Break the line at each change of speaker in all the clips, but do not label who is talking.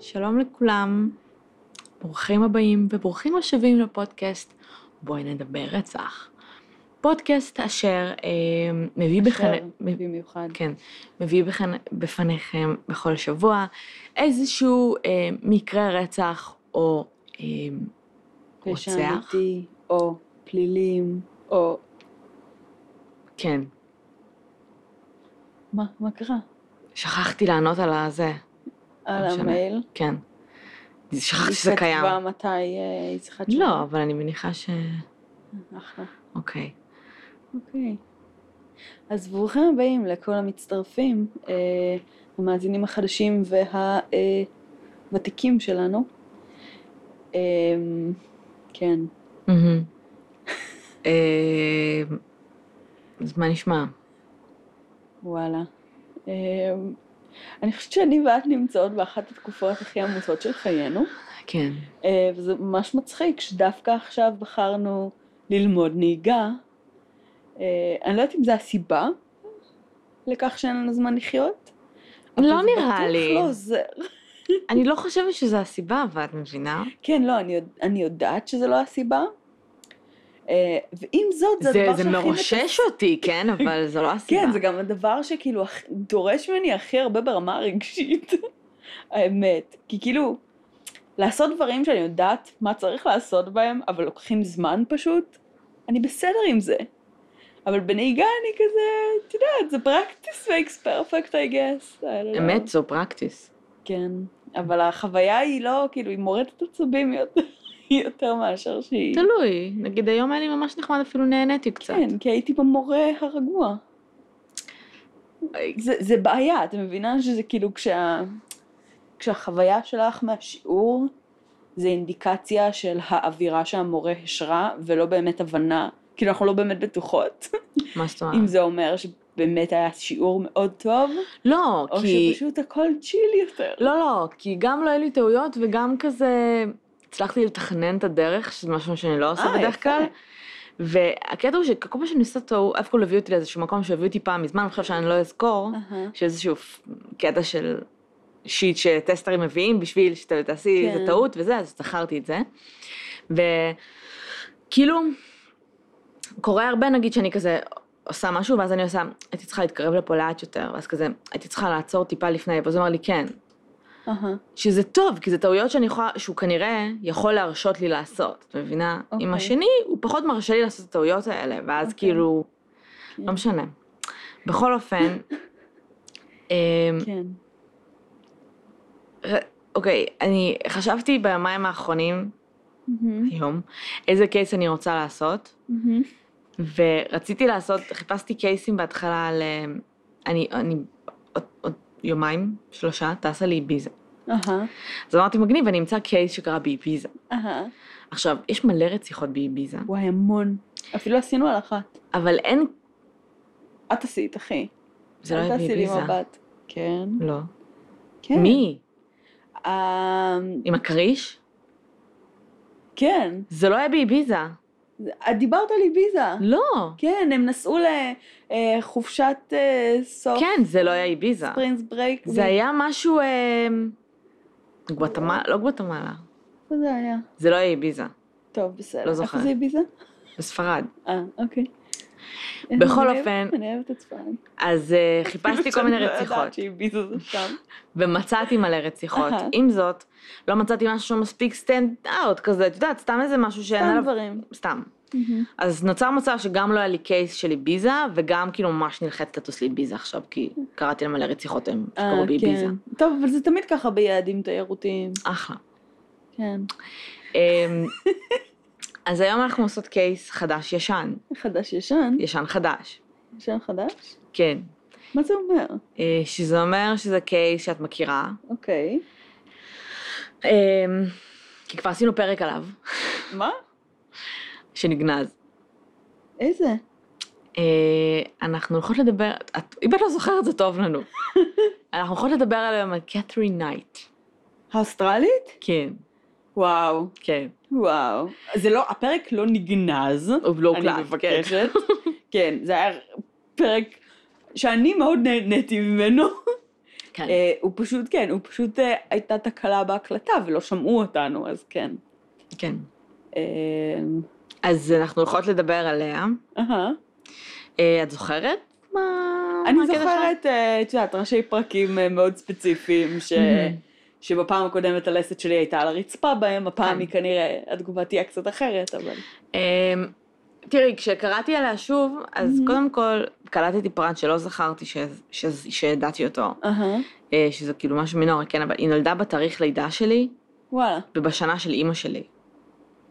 שלום לכולם, ברוכים הבאים וברוכים השבים לפודקאסט בואי נדבר רצח. פודקאסט אשר אה, מביא
אשר,
בחנ... מב-
במיוחד.
כן, מביא בכן, בפניכם בכל שבוע איזשהו אה, מקרה רצח או אה,
פשע
רוצח.
אמיתי, או פלילים, או...
כן,
מה, מה קרה?
שכחתי לענות על הזה,
על
לא משנה.
המייל.
כן. שכחתי
היא
שזה קיים.
כתבה מתי אה, היא צריכה תשובה.
לא, אבל אני מניחה ש...
אחלה.
אוקיי.
אוקיי. אז ברוכים הבאים לכל המצטרפים, אה, המאזינים החדשים והוותיקים שלנו. אה, כן.
מהמם. אה, אז מה נשמע?
וואלה. אמ, אני חושבת שאני ואת נמצאות באחת התקופות הכי עמוסות של חיינו,
כן.
אה, וזה ממש מצחיק שדווקא עכשיו בחרנו ללמוד נהיגה. אה, אני לא יודעת אם זו הסיבה לכך שאין לנו זמן לחיות. אבל
לא
זה
נראה
בטוח
לי.
לא עוזר.
אני לא חושבת שזו הסיבה, אבל את מבינה?
כן, לא, אני, יודע- אני יודעת שזה לא הסיבה. אה, ועם זאת, זה,
זה
הדבר
זה
שהכי
מרושש אותי, כן, אבל זו לא הסיבה.
כן, זה גם הדבר שכאילו הכ- דורש ממני הכי הרבה ברמה הרגשית, האמת. כי כאילו, לעשות דברים שאני יודעת מה צריך לעשות בהם, אבל לוקחים זמן פשוט, אני בסדר עם זה. אבל בנהיגה אני כזה, את יודעת, זה practice makes perfect, I guess. I don't know.
אמת, זו פרקטיס.
כן. אבל החוויה היא לא, כאילו, היא מורטת עצבים יותר- יותר מאשר שהיא...
תלוי. נגיד היום היה לי ממש נחמד, אפילו נהניתי קצת.
כן, כי הייתי במורה הרגוע. זה, זה בעיה, את מבינה שזה כאילו כשה, כשהחוויה שלך מהשיעור זה אינדיקציה של האווירה שהמורה השרה ולא באמת הבנה, כאילו אנחנו לא באמת בטוחות
מה זאת אומרת?
אם זה אומר שבאמת היה שיעור מאוד טוב
לא,
או
כי...
שפשוט הכל צ'יל יותר.
לא, לא, כי גם לא היו לי טעויות וגם כזה... הצלחתי לתכנן את הדרך, שזה משהו שאני לא עושה
אה,
בדרך
יפה.
כלל. והקטע הוא שכל פעם שאני עושה טעות, אף אחד לא הביא אותי לאיזשהו מקום שהביאו אותי פעם מזמן, אני חושב שאני לא אזכור,
אהה.
שאיזשהו קטע של שיט שטסטרים מביאים בשביל שאתה תעשי איזה
כן.
טעות וזה, אז זכרתי את זה. וכאילו, קורה הרבה נגיד שאני כזה עושה משהו, ואז אני עושה, הייתי צריכה להתקרב לפה לאט יותר, ואז כזה, הייתי צריכה לעצור טיפה לפני, ואז הוא אומר לי כן.
אהה.
שזה טוב, כי זה טעויות שאני יכולה, שהוא כנראה יכול להרשות לי לעשות, את מבינה? Okay. עם
אוקיי.
השני, הוא פחות מרשה לי לעשות את הטעויות האלה, ואז okay.
אוקיי.
כאילו,
כן.
לא משנה. בכל אופן, אמ,
כן.
ר- אוקיי, אני חשבתי ביומיים האחרונים,
מהמם.
היום, איזה קייס אני רוצה לעשות,
מהמם.
ורציתי לעשות, חיפשתי קייסים בהתחלה על... אמ, אני, אני עוד, עוד יומיים, שלושה, טסה לי ביזה.
אהה.
אז אמרתי מגניב, אני אמצא קייס שקרה באביזה.
אהה.
עכשיו, יש מלא רציחות באביזה,
וואי, המון. אפילו עשינו על אחת.
אבל אין...
את עשית, אחי.
זה לא היה
אל תעשי לי
באביזה.
מבט. כן.
לא.
כן.
מי?
אה,
עם הכריש?
כן.
זה לא היה באביזה.
את דיברת על איביזה.
לא.
כן, הם נסעו לחופשת אה, סוף
כן, זה לא היה אביזה.
ספרינס ברייק.
זה היה משהו... אה, גואטמלה? לא גואטמלה.
איפה זה היה?
זה לא היה אביזה.
טוב, בסדר.
לא זוכרת.
איפה זה איביזה?
בספרד.
אה, אוקיי.
בכל
אני אוהבת-
אופן,
אני אוהבת את ספרד.
אז אה, חיפשתי כל מיני
אני לא יודעת
רציחות, כן,
שאיביזה זה שם.
ומצאתי מלא רציחות.
אהה.
עם זאת, לא מצאתי משהו מספיק סטנד אאוט כזה, את יודעת, סתם איזה משהו שאין
סתם
עליו...
דברים.
סתם. אז נוצר מצב שגם לא היה לי קייס של איביזה, וגם כאילו ממש נלחצת לטוס לאיביזה עכשיו, כי קראתי למלא רציחות היום
אה,
שקרו באיביזה.
כן. טוב, אבל זה תמיד ככה ביעדים תיירותיים.
אחלה.
כן.
אמ, אז היום אנחנו עושות קייס חדש-ישן,
חדש ישן.
ישן-חדש,
ישן חדש?
כן.
מה זה אומר?
אה, שזה אומר שזה קייס שאת מכירה,
אוקיי.
אמ, כי כבר עשינו פרק עליו,
מה?
שנגנז.
איזה?
אה, אנחנו הולכות לדבר, את- אם את לא זוכרת זה טוב לנו. אנחנו הולכות לדבר היום על קת'רין נייט.
האוסטרלית?
כן,
וואו.
כן.
וואו. זה לא, הפרק לא נגנז.
הוא לא
אני
הוקלט, כן.
מבקשת. כן, זה היה פרק שאני מאוד נהניתי ממנו.
כן.
אה, הוא פשוט, כן, הוא פשוט אה, הייתה תקלה בהקלטה ולא שמעו אותנו, אז כן.
כן.
אה,
אז אנחנו הולכות לדבר עליה.
אהה.
אה, את זוכרת? מה... מה
אני
הקטע שלה?
זוכרת, אה, את יודעת, ראשי פרקים אה, מאוד ספציפיים, ש...
מהמם.
שבפעם הקודמת הלסת שלי הייתה על הרצפה בהם,
כן.
הפעם היא כנראה, התגובה תהיה קצת אחרת, אבל...
אמ, תראי, כשקראתי עליה שוב, אז
Mhm.
קודם כל קלטתי פרט שלא זכרתי ש- ש- שידעתי אותו,
אהה,
אה, שזה כאילו משהו מינורי, כן, אבל היא נולדה בתאריך לידה שלי
וואלה,
ובשנה של אימא שלי.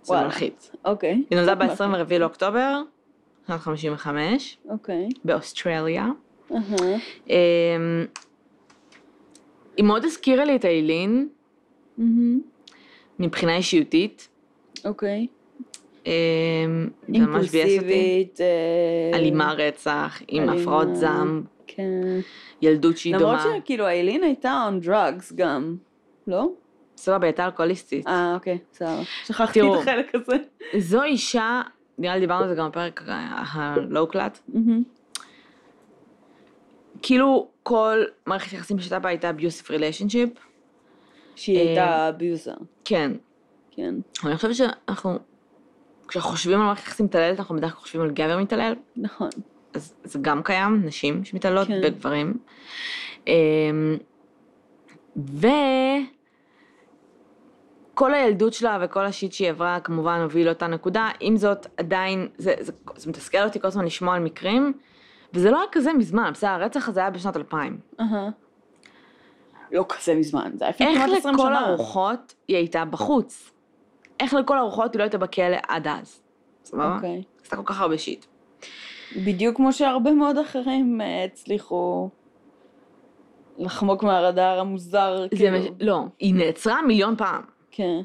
זה
וואלה.
מלחיץ.
אוקיי.
היא נולדה
קצת מלחיץ.
ב-24 לאוקטובר, שנת 55,
אוקיי.
באוסטרליה.
אהה.
אמ, היא מאוד הזכירה לי את איילין
מהמם.
מבחינה אישיותית.
אוקיי.
אמ, זה ממש ביאס אותי.
אימפולסיבית. אה,
אלימה רצח, עם
אלימה.
הפרעות זעם,
כן.
ילדות שהיא
למרות
דומה.
שכאילו איילין הייתה on drugs גם, לא?
סבבה, היא הייתה אלכוהוליסטית.
אה, אוקיי, סבבה. שכחתי
תראו.
את החלק הזה.
זו אישה, נראה לי דיברנו על זה גם בפרק אה, הלא הוקלט,
מהמם.
כאילו כל מערכת יחסים שהייתה בה הייתה abusive relationship.
שהיא
אה,
הייתה אביוזר,
כן,
כן.
אני חושבת שאנחנו, כשאנחנו חושבים על מערכת יחסים מתעללת, אנחנו בדרך כלל חושבים על גבר מתעלל,
נכון.
אז זה גם קיים, נשים שמתעללות
כן.
בגברים. אמ, וכל הילדות שלה וכל השיט שהיא עברה כמובן הוביל לאותה נקודה, עם זאת עדיין, זה, זה, זה מתסכל אותי כל הזמן לשמוע על מקרים, וזה לא היה כזה מזמן, בסדר, הרצח הזה היה בשנת 2000.
אהה. לא כזה מזמן, זה היה לפני כמעט
איך
20
לכל
שנה.
הרוחות היא הייתה בחוץ? איך לכל הרוחות היא לא הייתה בכלא עד אז? סבבה?
אוקיי.
עשתה כל כך הרבה שיט.
בדיוק כמו שהרבה מאוד אחרים אה, הצליחו לחמוק מהרדאר המוזר,
זה
כאילו.
מה- לא, היא נעצרה מיליון פעם.
כן.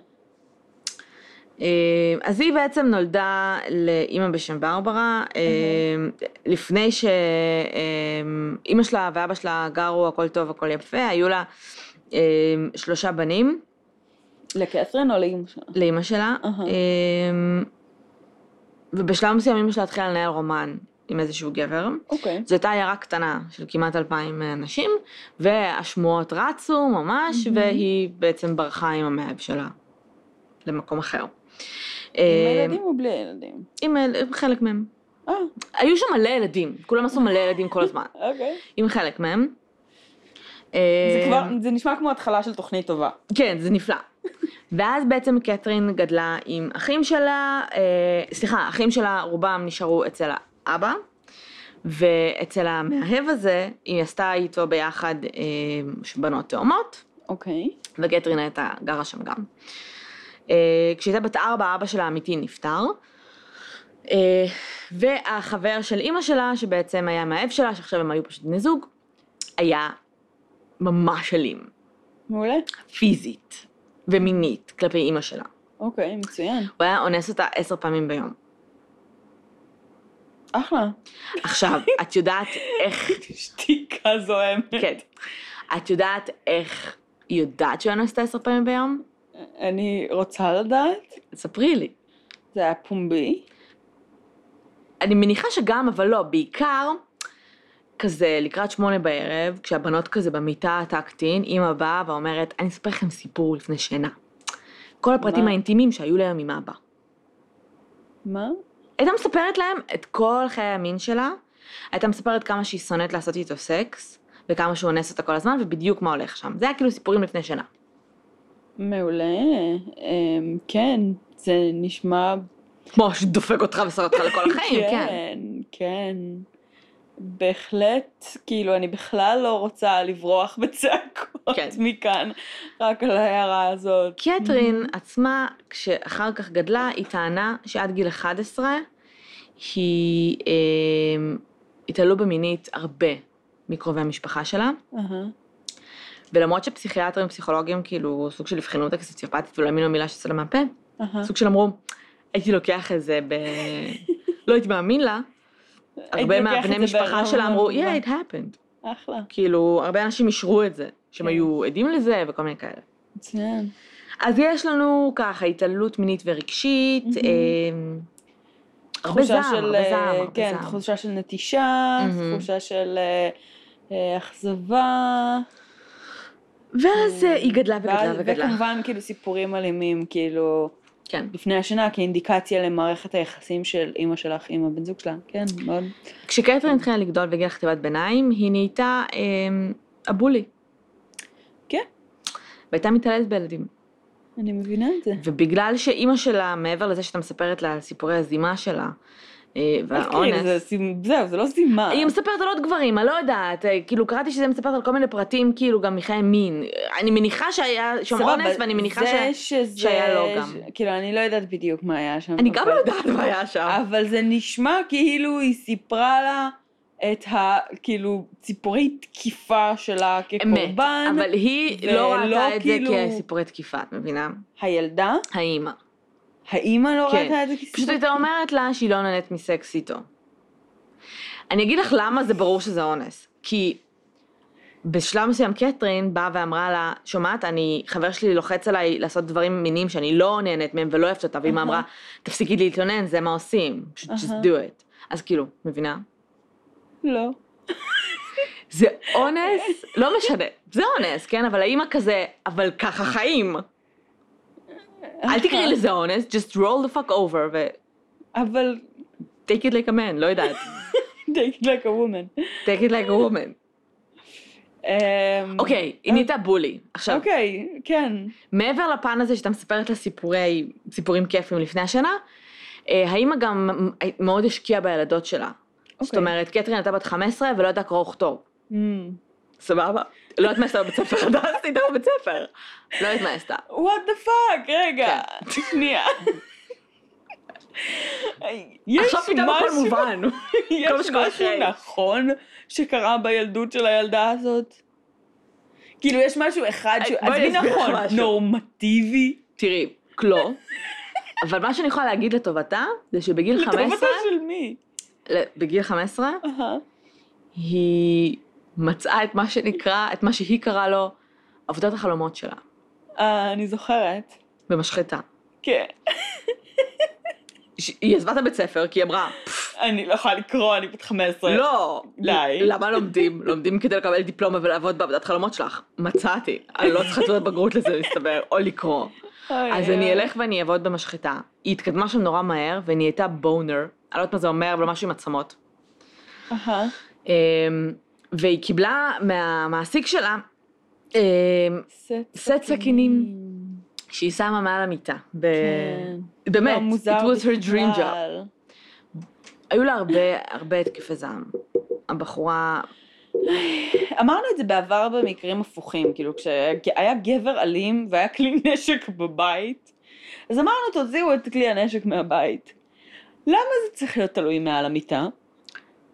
אה, אז היא בעצם נולדה לאימא בשם ברברה, אה, לפני שאימא שלה ואבא שלה גרו, הכל טוב, הכל יפה, היו לה אה, שלושה בנים
לקת'רין או לאימא שלה?
לאימא שלה,
אהה.
אה, ובשלב מסוים אימא שלה התחילה לנהל רומן עם איזשהו גבר.
אוקיי.
זו הייתה עיירה קטנה של כמעט אלפיים אנשים, והשמועות רצו ממש,
מהמם.
והיא בעצם ברחה עם המאהב שלה למקום אחר.
עם
אה,
ילדים או בלי ילדים?
עם אל- עם חלק מהם.
אה,
היו שם מלא ילדים, כולם עשו מלא ילדים כל הזמן,
אוקיי.
עם חלק מהם.
זה
אה,
כבר, זה נשמע כמו התחלה של תוכנית טובה.
כן, זה נפלא. ואז בעצם קתרין גדלה עם אחים שלה, אה, סליחה, האחים שלה רובם נשארו אצל האבא, ואצל המאהב הזה, היא עשתה איתו ביחד אה, בנות תאומות,
אוקיי.
וקתרין הייתה גרה שם גם. אה, כשהייתה בת ארבע, אבא שלה האמיתי נפטר. אה, והחבר של אימא שלה, שבעצם היה המאהב שלה, שעכשיו הם היו פשוט בני זוג, היה ממש אלים.
מעולה.
פיזית ומינית כלפי אימא שלה.
אוקיי, מצוין.
הוא היה אונס אותה עשר פעמים ביום.
אחלה.
עכשיו, את יודעת איך...
שתיקה זוהמת.
כן. את יודעת איך היא יודעת שהוא אונס אותה עשר פעמים ביום?
אני רוצה לדעת.
ספרי לי.
זה היה פומבי.
אני מניחה שגם, אבל לא, בעיקר כזה לקראת שמונה בערב, כשהבנות כזה במיטה הטקטין, אימא באה ואומרת, אני אספר לכם סיפור לפני שינה. כל הפרטים
מה?
האינטימיים שהיו להם עם אבא.
מה?
הייתה מספרת להם את כל חיי המין שלה, הייתה מספרת כמה שהיא שונאת לעשות איתו סקס, וכמה שהוא אונס אותה כל הזמן, ובדיוק מה הולך שם. זה היה כאילו סיפורים לפני שינה.
מעולה. אמ, כן, זה נשמע...
כמו שדופק אותך ושורט אותך לכל החיים, כן.
כן, כן. בהחלט, כאילו, אני בכלל לא רוצה לברוח בצעקות
כן.
מכאן, רק על ההערה הזאת.
קתרין עצמה, כשאחר כך גדלה, היא טענה שעד גיל 11 היא אה, התעלו במינית הרבה מקרובי המשפחה שלה,
אהה.
ולמרות שפסיכיאטרים ופסיכולוגים כאילו סוג של אבחנו אותה כסוציופטית ולא האמינו מילה שיצאה לה מהפה,
אהה.
סוג של אמרו, הייתי לוקח את זה ב... לא הייתי מאמין לה. הרבה
לוקח
מהבני
את זה
משפחה
בערבון
שלה אמרו,
מוגבל."
yeah, it happened.
אחלה.
כאילו, הרבה אנשים אישרו את זה, שהם
כן.
היו עדים לזה וכל מיני כאלה.
מצוין.
אז יש לנו ככה, התעללות מינית ורגשית,
מהמם.
אמ, הרבה זעם,
תחושה
הרבה
אה,
זעם, הרבה
כן,
זעם. Mm-hmm.
תחושה של נטישה,
מהמם.
תחושה של אה, אה, אכזבה,
ואז אה, היא גדלה וגדלה
ואז-
וגדלה.
וכמובן כאילו סיפורים אלימים, כאילו,
כן.
לפני השינה כאינדיקציה למערכת היחסים של אימא שלך עם הבן זוג שלה, כן, מאוד.
כשקטרין התחילה לגדול והגיעה לחטיבת ביניים, היא נהייתה אמ, הבולי.
כן.
והייתה מתעללת בילדים.
אני מבינה את זה.
ובגלל שאימא שלה, מעבר לזה שאתה מספרת לה על סיפורי הזימה שלה, אה,
אל תקראי לזה
והאונס,
סימ- זהו, כאילו, זה לא זימה.
היא מספרת על עוד גברים, אני לא יודעת, אה, כאילו קראתי שזה מספרת על כל מיני פרטים, כאילו גם מחיי מין. אני מניחה שהיה שם
סבבה,
אונס, ואני מניחה ש...
זה שזה...
שהיה לו גם.
ש- כאילו, אני לא יודעת בדיוק מה היה שם.
אני גם לא
אבל-
יודעת מה היה שם.
אבל זה נשמע כאילו היא סיפרה לה את ה... כאילו, סיפורי תקיפה שלה כקורבן.
אבל היא
ולא
לא ראתה את זה
כאילו-
כסיפורי תקיפה, את מבינה?
הילדה,
האימא.
האימא לא
כן.
ראתה את זה כסיפור.
פשוט הייתה אומרת לה שהיא לא נהנית מסקס איתו. אני אגיד לך למה זה ברור שזה אונס. כי בשלב מסוים קטרין באה ואמרה לה, שומעת, אני, חבר שלי לוחץ עליי לעשות דברים מיניים שאני לא נהנית מהם ולא אוהבת אותה, ואמא
אהה.
אמרה, תפסיקי להתלונן, זה מה עושים, פשוט
אהה.
just do it. אז כאילו, מבינה?
לא.
זה אונס, לא משנה, זה אונס, כן? אבל האימא כזה, אבל ככה חיים. אל תקראי לזה אונס, just roll the fuck over ו-
אבל...
take it like a man, לא יודעת.
take it like a woman.
take it like a woman.
Mm-hmm. אמ,
אוקיי, היא נהייתה בולי. עכשיו,
אוקיי, כן.
מעבר לפן הזה שאתה מספרת לה סיפורי, סיפורים כיפים לפני השנה, אה, האימא גם מ- מאוד השקיעה בילדות שלה. זאת
אוקיי.
אומרת, קטרין הייתה בת 15 ולא ידעה קרוא וכתוב.
אמ,
סבבה? לא יודעת מה עשתה בבית ספר, לא עשית בבית ספר. לא יודעת מה עשתה.
what the fuck, רגע,
כן.
שנייה. יש
עכשיו פתאום הכל
משהו-
מובן. כל מה
יש
שקורה
משהו
אחרי.
נכון שקרה בילדות של הילדה הזאת? כאילו, יש משהו אחד ש...
בואי אה, אני
עזבי
אסביר לך
נכון,
משהו.
נורמטיבי.
תראי, לא. אבל מה שאני יכולה להגיד לטובתה, זה שבגיל 15,
לטובתה של מי?
ל- בגיל 15,
אהה.
היא מצאה את מה שנקרא, את מה שהיא קראה לו עבודת החלומות שלה,
אה, אני זוכרת.
במשחטה.
כן.
ש- היא עזבה את הבית ספר כי היא אמרה, "פפ,
אני לא יכולה לקרוא, אני בת 15.
לא,
די.
למה לומדים? לומדים כדי לקבל דיפלומה ולעבוד בעבודת חלומות שלך. מצאתי, אני לא צריכה תעודת בגרות לזה מסתבר, או לקרוא.
אוי, אה,
אז
אוי.
אני אלך ואני אעבוד במשחטה. היא התקדמה שם נורא מהר ונהייתה בונר, אני לא יודעת מה זה אומר, אבל משהו עם עצמות.
אהה.
אמ, והיא קיבלה מהמעסיק שלה אמ,
סט
סכינים. שהיא שמה מעל המיטה. ב-
כן.
באמת,
לא מוזר
it was her dream job.
בכלל.
היו לה הרבה, הרבה התקפי זעם. הבחורה,
אמרנו את זה בעבר במקרים הפוכים, כאילו כשהיה גבר אלים והיה כלי נשק בבית, אז אמרנו תוציאו את כלי הנשק מהבית. למה זה צריך להיות תלוי מעל המיטה?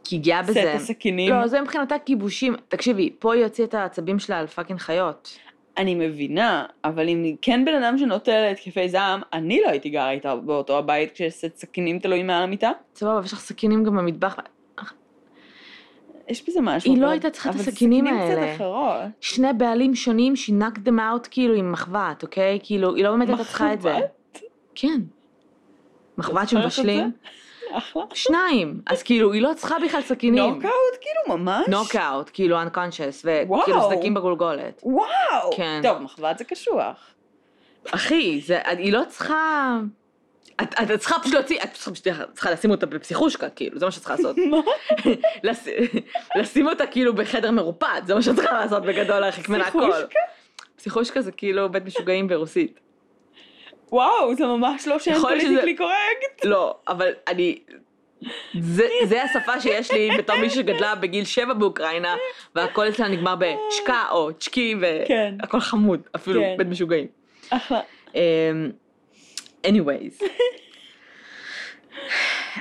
כי הגיעה
סט
בזה.
הסכינים?
לא, זה מבחינתה כיבושים. תקשיבי, פה היא הוציאה את העצבים שלה על פאקינג חיות.
אני מבינה, אבל אם היא כן בן אדם שנוטה להתקפי זעם, אני לא הייתי גרה איתה באותו הבית כשיש סט סכינים תלוי מעל המיטה.
סבבה, ויש לך סכינים גם במטבח.
יש בזה משהו.
היא לא
אבל-
הייתה צריכה את
אבל
הסכינים
סכינים
האלה.
קצת אחרות.
שני בעלים שונים, she knocked them out כאילו עם מחבת, אוקיי? כאילו, היא לא באמת הייתה צריכה את זה.
מחבת?
כן. מחבת
זוכרת את זה?
שמבשלים.
אחלה.
שניים. אז כאילו, היא לא צריכה בכלל סכינים.
נוקאוט כאילו ממש?
נוקאוט, כאילו unconscious, וכאילו
וואו.
סדקים בגולגולת.
וואו!
כן.
טוב, מחבת זה קשוח.
אחי, זה, היא לא צריכה... את, את, את צריכה פשוט להוציא, את צריכה, פשוט- צריכה לשים אותה בפסיכושקה, כאילו, זה מה שאת צריכה לעשות.
מה?
לש, לשים אותה כאילו בחדר מרופד, זה מה שאת צריכה לעשות בגדול, להרחיק ממנה הכל.
פסיכושקה?
פסיכושקה זה כאילו בית משוגעים ברוסית.
וואו, זה ממש לא שם
יכול להיות שזה-
פוליטיקלי קורקט.
לא, אבל אני... זה, זה השפה שיש לי בתור מי שגדלה בגיל שבע באוקראינה, והכל אצלה נגמר בשקה או צ'קי,
כן.
והכל חמוד, אפילו
כן.
בית משוגעים.
אחלה.
אמ, anyways.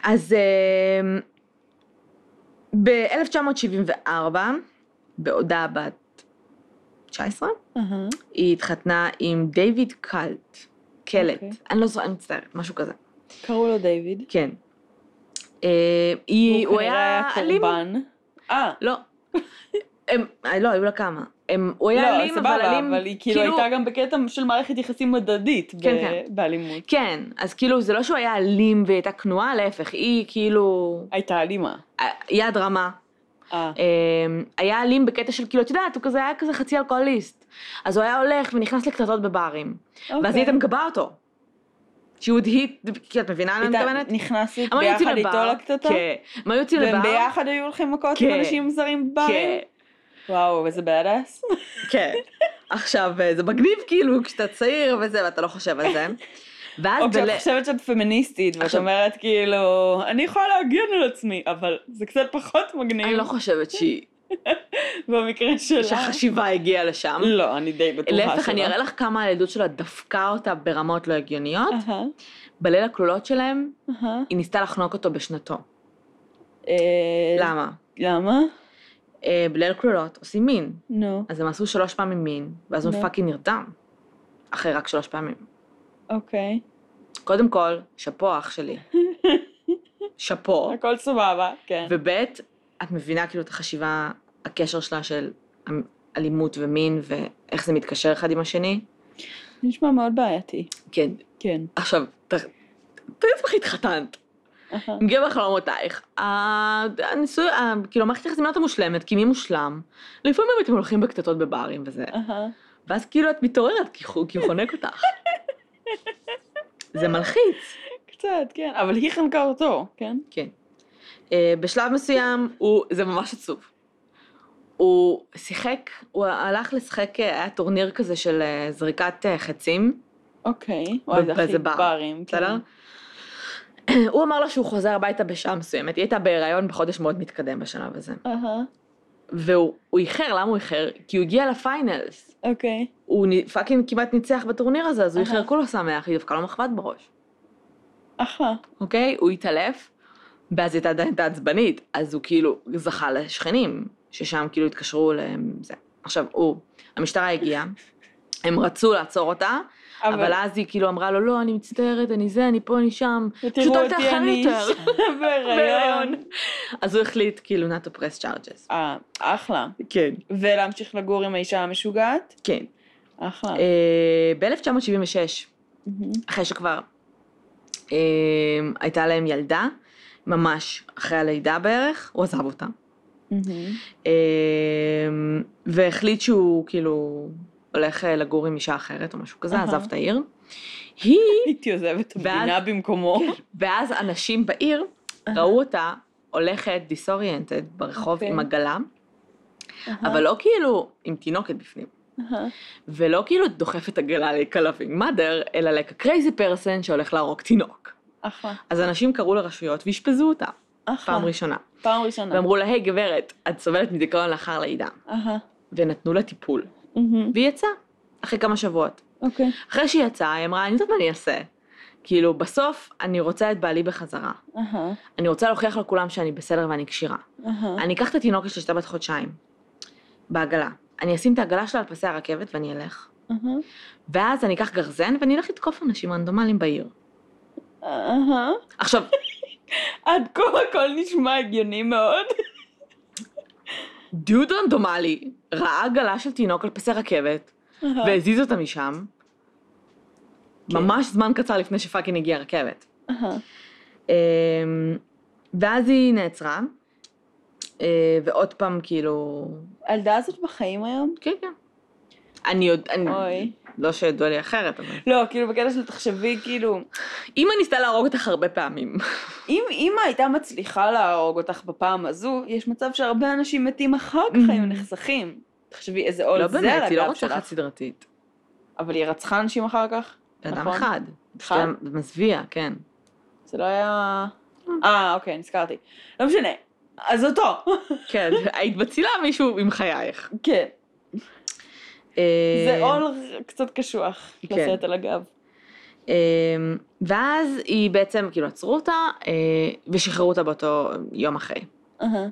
אז אמ, ב-1974, בעודה בת 19, היא התחתנה עם דיוויד קלט, קלט,
אוקיי.
אני לא זוכרת, אני מצטערת, משהו כזה,
קראו לו דיוויד.
כן. אה, היא, הוא
כנראה
היה אלים.
קורבן. אה,
לא. הם, אה, לא, היו לה כמה. הם, הוא היה
לא,
אלים, אבל
סבבה,
אלים,
אבל היא כאילו הייתה גם בקטע של מערכת יחסים הדדית ב-
כן, כן.
באלימות.
כן, אז כאילו זה לא שהוא היה אלים והיא הייתה כנועה, להפך, היא כאילו
הייתה אלימה.
אה, יד רמה,
אה,
אמ, היה אלים בקטע של כאילו, את יודעת, הוא כזה היה כזה חצי אלכוהוליסט. אז הוא היה הולך ונכנס לקטטות בברים.
אוקיי.
ואז היא הייתה מגבה אותו. שהוא הדהיט, כי את מבינה למה אני
איתה-
מתכוונת?
נכנסת
הם היו יוצאים
ביחד איתו
לבר,
לקטטה?
כן. הם היו יוצאים לבר.
והם ביחד היו הולכים מכות עם
כן.
אנשים זרים
כן.
בברים? וואו, איזה באדאס.
כן. עכשיו, אה, זה מגניב כאילו, כשאתה צעיר וזה, ואתה לא חושב על זה. ואז
או כשאת
בלב-
אוקיי, חושבת שאת פמיניסטית, ואת
עכשיו-
אומרת כאילו, אני יכולה להגן על עצמי, אבל זה קצת פחות
אני
מגניב
לא חושבת שהיא-
במקרה שלה.
שהחשיבה הגיעה לשם.
לא, אני די בטוחה שלה.
להפך, אני אראה לך כמה הילדות שלה דפקה אותה ברמות לא הגיוניות.
אהה,
בליל הכלולות שלהם,
אהה.
היא ניסתה לחנוק אותו בשנתו.
אה,
למה?
למה?
אה, בליל כלולות עושים מין.
נו,
אז הם עשו שלוש פעמים מין, ואז הוא
נו.
פאקינג נרדם. אחרי רק שלוש פעמים.
אוקיי.
קודם כל, שאפו אח שלי. שאפו.
הכל סבבה, כן.
וב', את מבינה כאילו את החשיבה, הקשר שלה של המ- אלימות ומין, ואיך זה מתקשר אחד עם השני.
נשמע מאוד בעייתי.
כן.
כן.
עכשיו, ת- תראי לעצמך התחתנת.
אהה.
עם גבר חלומותייך. ה- הניסוי, ה- כאילו, המערכת יחסים לא הייתה מושלמת, כי מי מושלם? לפעמים אתם הולכים בקטטות בברים וזה.
אהה. ואז...
ואז כאילו את מתעוררת, כי חו- כי הוא חונק אותך. זה מלחיץ.
קצת, כן. אבל היא חנקה אותו, כן?
כן. אה, בשלב מסוים, הוא, זה ממש עצוב. הוא שיחק, הוא הלך לשחק, אה, היה טורניר כזה של אה, זריקת אה, חצים,
אוקיי. וואי, זה הכי
באיזה בר,
ברים. כן.
בסדר? הוא אמר לה שהוא חוזר הביתה בשעה מסוימת, היא הייתה בהיריון בחודש מאוד מתקדם בשלב הזה.
כן. אהה,
והוא הוא איחר, למה הוא איחר? כי הוא הגיע לפיינלס.
אוקיי.
הוא נ- פאקינג כמעט ניצח בטורניר הזה, אז הוא
אהה.
איחר כולו שמח, היא דפקה לו מחבת בראש.
אחלה.
אוקיי? הוא התעלף, ואז היא הייתה עדיין הייתה עצבנית, אז הוא כאילו זכה לשכנים, ששם כאילו התקשרו לזה. עכשיו, הוא, המשטרה הגיעה, הם רצו לעצור אותה, אבל אז היא כאילו אמרה לו, לא, אני מצטערת, אני זה, אני פה, אני שם.
ותראו
פשוט אל
אותי
תאחר
אני
יותר.
אישה בהיריון.
אז הוא החליט, כאילו, not to press charges.
אה, אחלה.
כן.
ולהמשיך לגור עם האישה המשוגעת?
כן. אה,
אחלה.
ב-1976,
מהמם.
אחרי שכבר אה, הייתה להם ילדה, ממש אחרי הלידה בערך, הוא עזב אותה.
מהמם.
אה, והחליט שהוא כאילו הולך אה, לגור עם אישה אחרת או משהו כזה,
אהה.
עזב את העיר. היא,
הייתי עוזבת את
ואז-
המדינה במקומו.
ואז אנשים בעיר ראו אותה הולכת דיסאוריינטד ברחוב
אוקיי.
עם עגלה,
אהה,
אבל לא כאילו עם תינוקת בפנים,
אהה.
ולא כאילו דוחפת עגלה לקלווינג מאדר, אלא like a crazy person שהולך להרוג תינוק.
אחלה.
אז אנשים קראו לרשויות ואשפזו אותה,
אחלה.
פעם ראשונה.
פעם ראשונה.
ואמרו לה, היי גברת, את סובלת מדיכאון לאחר לידה.
אהה.
ונתנו לה טיפול.
מהמם.
והיא יצאה, אחרי כמה שבועות.
אוקיי.
אחרי שהיא יצאה, היא אמרה, אני יודעת מה אני אעשה. כאילו, בסוף אני רוצה את בעלי בחזרה.
אהה.
אני רוצה להוכיח לכולם שאני בסדר ואני כשירה.
אהה.
אני אקח את התינוקת שלי שהייתה בת חודשיים, בעגלה. אני אשים את העגלה שלה על פסי הרכבת ואני אלך.
אהה.
ואז אני אקח גרזן ואני אלך לתקוף אנשים רנדומליים בעיר.
אהה.
עכשיו,
עד כה הכל נשמע הגיוני מאוד.
דוד רנדומלי ראה עגלה של תינוק על פסי רכבת,
אהה.
והזיז אותה משם,
כן.
ממש זמן קצר לפני שפאקינג הגיעה הרכבת.
אהה.
אמ, ואז היא נעצרה, אה, ועוד פעם כאילו,
הילדה הזאת בחיים היום?
כן כן. אני עוד, אני,
אוי.
לא שידוע לי אחרת, אבל...
לא, כאילו בקטע של תחשבי, כאילו,
אמא ניסתה להרוג אותך הרבה פעמים.
אם אימא הייתה מצליחה להרוג אותך בפעם הזו, יש מצב שהרבה אנשים מתים אחר כך היו
Mhm.
נחסכים. תחשבי איזה עול
לא
זה
באמת,
על
היא לא
הגב
רוצחת
שלך.
סדרתית.
אבל היא רצחה אנשים אחר כך?
בן אדם
נכון.
אחד.
אחד?
שאתה מזוויע, כן.
זה לא היה... אה, אוקיי, נזכרתי. לא משנה. אז אותו.
כן, היית מצילה מישהו עם חייך.
כן.
אמ,
זה עול קצת קשוח
כן.
לשאת על הגב.
אמ, ואז היא בעצם, כאילו, עצרו אותה אה, ושחררו אותה באותו יום אחרי.
אהה. אה,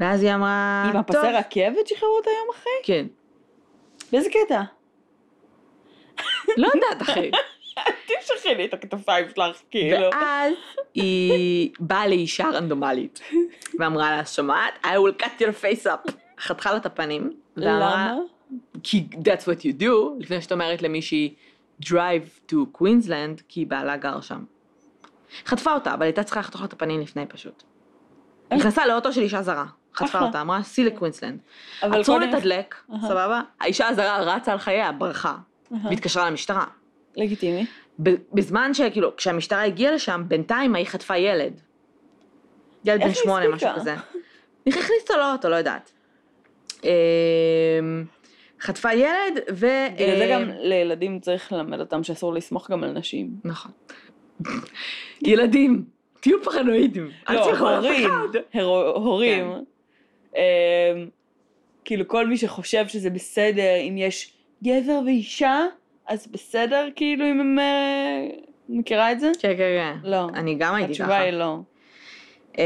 ואז היא אמרה,
עם הפסי
"טוב."
רכבת שחררו אותה יום אחרי?
כן.
באיזה קטע?
לא יודעת, אחי.
תמשכי לי את הכתפיים שלך, כאילו.
ואז היא באה לאישה רנדומלית ואמרה לה, שומעת? I will cut your face up. חתכה לה את הפנים. ואמרה,
למה?
כי that's what you do, לפני שאת אומרת למישהי drive to Queensland, כי בעלה גר שם. חטפה אותה, אבל הייתה צריכה לחתוך לה את הפנים לפני פשוט. נכנסה לאוטו של אישה זרה, חטפה
אה. אחלה.
אותה, אמרה, סי לקווינסלנד.
אבל
עצרו
קודם-
לתדלק,
אהה.
סבבה? האישה הזרה רצה על חייה, ברחה,
אהה,
והתקשרה למשטרה.
לגיטימי.
ב- בזמן שכאילו, כשהמשטרה הגיעה לשם, בינתיים ההיא חטפה ילד. ילד
איך
בן
היא
שמונה, משהו
הספיקה?
כזה. היא הכניסה לו אותו, לא יודעת. אמ, חטפה ילד, ו...
בגלל זה
אמ,
גם לילדים צריך ללמד אותם שאסור לסמוך גם על נשים.
נכון. ילדים, תהיו פרנואידים. אל
לא,
תלכו לאף
הורים,
אחד.
הרו- הורים. אמ, כאילו כל מי שחושב שזה בסדר, אם יש גבר ואישה, אז בסדר, כאילו אם הם... אה, מכירה את זה?
כן, כן, כן.
לא.
אני גם הייתי
התשובה
ככה.
היא לא.
אמ,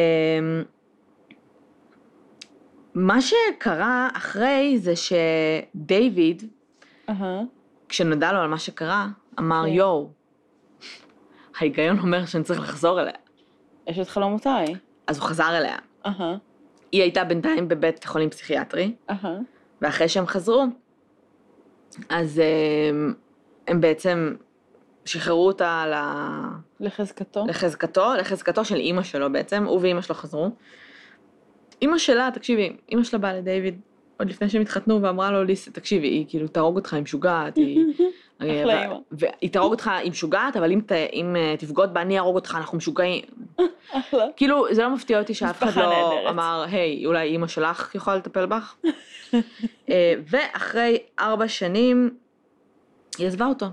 מה שקרה אחרי זה שדייוויד,
אהה.
כשנודע לו על מה שקרה, אמר,
כן.
יואו, ההיגיון אומר שאני צריך לחזור אליה.
יש לא את חלומותיי.
אז הוא חזר אליה.
אהה,
היא הייתה בינתיים בבית חולים פסיכיאטרי,
אהה.
ואחרי שהם חזרו, אז הם, הם בעצם שחררו אותה ל-
לחזקתו.
לחזקתו, לחזקתו של אימא שלו בעצם, הוא ואימא שלו חזרו. אימא שלה, תקשיבי, אימא שלה באה לדיוויד עוד לפני שהם התחתנו ואמרה לו, ליס, תקשיבי, היא כאילו תהרוג אותך עם שוגעת, היא... אה,
אחלה
ו-
אימא.
והיא תהרוג אותך עם שוגעת, אבל אם, ת, אם אה, תבגוד בה, אני אהרוג אותך, אנחנו משוגעים.
אחלה.
כאילו, זה לא מפתיע אותי שאף אחד
משפחה
לא
נהדרת.
אמר, היי, אולי אימא שלך יכולה לטפל בך? אה, ואחרי ארבע שנים, היא עזבה אותו.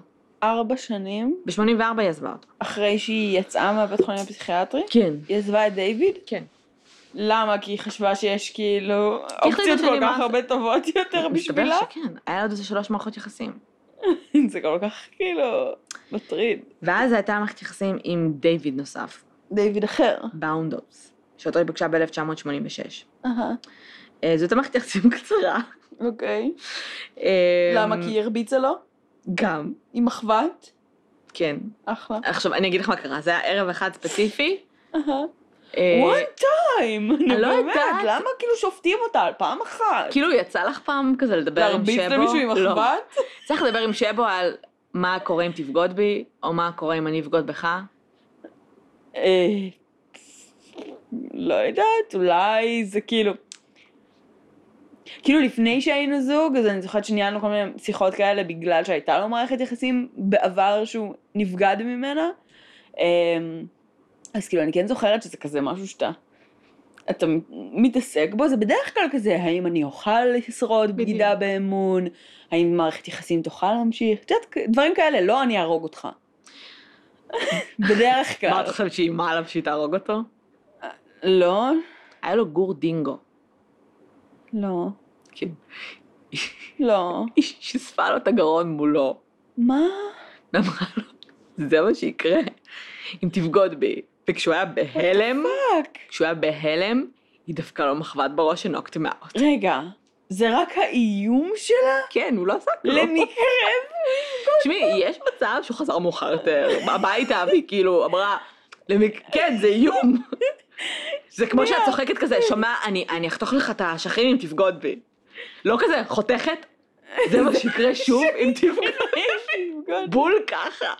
ארבע שנים
ב-84 היא עזבה אותו.
אחרי שהיא יצאה מהבית חולים הפסיכיאטרי,
כן.
היא עזבה את דיוויד.
כן.
למה? כי היא חשבה שיש כאילו
החליטה
אופציות כל
שנמאס.
כך הרבה טובות יותר בשבילה?
מסתבר שכן, היה לה עוד איזה שלוש מערכות יחסים.
זה כל כך כאילו מטריד.
ואז הייתה לה מערכת יחסים עם דיוויד נוסף,
דיוויד אחר.
באונדוס, שאותו היא פגשה ב-1986. אה, זאת המערכת יחסים קצרה.
אוקיי.
אמ- אה,
למה? כי היא הרביצה לו?
גם,
עם מחבת?
כן.
אחלה.
עכשיו, אני אגיד לך מה קרה, זה היה ערב אחד ספציפי.
אהה.
אה,
One time! נו
אני לא
באמת,
יודעת.
למה כאילו שופטים אותה על פעם אחת?
כאילו, יצא לך פעם כזה לדבר עם שבו?
להרביץ למישהו עם
לא.
מחבת?
צריך לדבר עם שבו על מה קורה אם תבגוד בי, או מה קורה אם אני אבגוד בך.
אה, לא יודעת, אולי זה כאילו... כאילו לפני שהיינו זוג, אז אני זוכרת שניהלנו כל מיני שיחות כאלה בגלל שהייתה לו מערכת יחסים בעבר שהוא נבגד ממנה. אמ, אז כאילו אני כן זוכרת שזה כזה משהו שאתה... אתה מתעסק בו, זה בדרך כלל כזה, האם אני אוכל לשרוד
בדיוק.
בגידה באמון, האם מערכת יחסים תוכל להמשיך, את יודעת, דברים כאלה, לא אני אהרוג אותך. בדרך כלל.
מה את חושבת שהיא מה עליו שהיא תהרוג אותו?
לא,
היה לו גור דינגו.
לא,
כן.
לא.
היא שספה לו את הגרון מולו.
מה?
ואמרה לו, זה מה שיקרה אם תבגוד בי. וכשהוא היה בהלם,
פאק.
כשהוא היה בהלם, היא דפקה לו מחבת בראש שנוקט מאוט.
רגע, זה רק האיום שלה?
כן, הוא לא עשה כלום.
למקרה?
תשמעי, יש מצב שהוא חזר מאוחר יותר הביתה, והיא כאילו אמרה, "למק- כן, זה איום. זה כמו שאת צוחקת כזה, שומע, אני אני אחתוך לך את האשכים אם תבגוד בי. לא כזה, חותכת, זה מה שיקרה שוב אם תבגוד. בול ככה.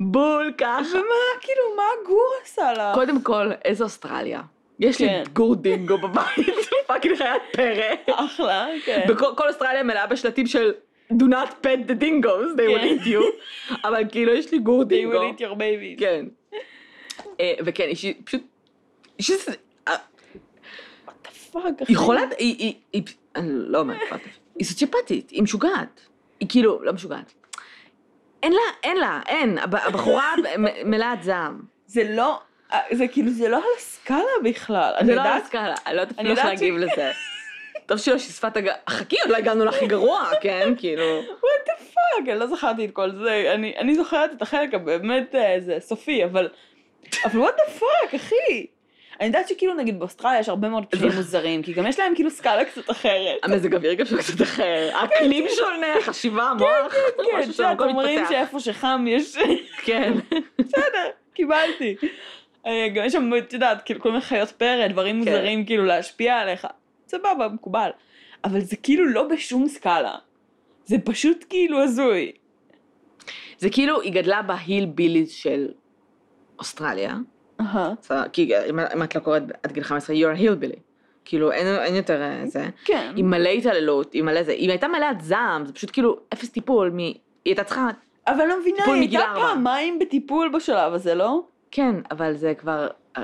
בול ככה.
ומה, כאילו, מה הגור עשה לה?
קודם כל, איזה אוסטרליה. יש לי
כן.
גור דינגו בבית, פאקינג חיית פרא.
אחלה, כן.
בכל כל אוסטרליה מלאה בשלטים של do not pet the dingoes, they will
כן.
eat you, אבל כאילו יש לי גור
They
דינגו.
will eat your babies.
כן. אה, וכן, היא ש- פשוט... היא ש-
What the fuck, אחי?
היא חולת... היא- היא... היא- אני לא אומרת פאטה. היא סוציופטית, היא משוגעת. היא כאילו, לא משוגעת. אין לה, אין לה, אין. הב- הבחורה מ- מלאת זעם.
זה לא, אה, זה כאילו, זה לא על הסקאלה בכלל. אני
זה לא
יודעת,
הסקאלה, אני לא יודעת
אני
אפילו איך
יודעת
להגיב לזה. טוב שלא ששפת הג... חכי, עוד לא הגענו להכי גרוע, כן? כאילו...
what the fuck, אני לא זכרתי את כל זה. אני- אני זוכרת את החלק הבאמת, אה, זה סופי, אבל... אבל what the fuck, אחי? אני יודעת שכאילו, נגיד, באוסטרליה יש הרבה מאוד קשרים מוזרים, כי גם יש להם כאילו סקאלה קצת אחרת.
המזג אוויר גם שם קצת אחר, האקלים שונה, חשיבה, המוח,
כן,
משהו
זה
שם, הכל
אומרים
מתפתח.
שאיפה שחם יש...
כן.
בסדר, קיבלתי. אה, גם יש שם, את יודעת, כאילו כל מיני חיות פרא, דברים
כן.
מוזרים כאילו להשפיע עליך. סבבה, מקובל. אבל זה כאילו לא בשום סקאלה. זה פשוט כאילו הזוי.
זה כאילו, היא גדלה בהיל ביליז של אוסטרליה,
אהה,
בסדר? כי אם אם את לא קוראת עד גיל 15, you're a hillbilly. כאילו, אין, אין יותר אה, זה.
כן.
עם מלא התעללות, עם מלא זה. היא הייתה מלאת זעם, זה פשוט כאילו אפס טיפול. מ... היא הייתה צריכה...
אבל אני לא מבינה,
טיפול
היא
מגיל
הייתה
ארבע.
פעמיים בטיפול בשלב הזה, לא?
כן, אבל זה כבר... אה,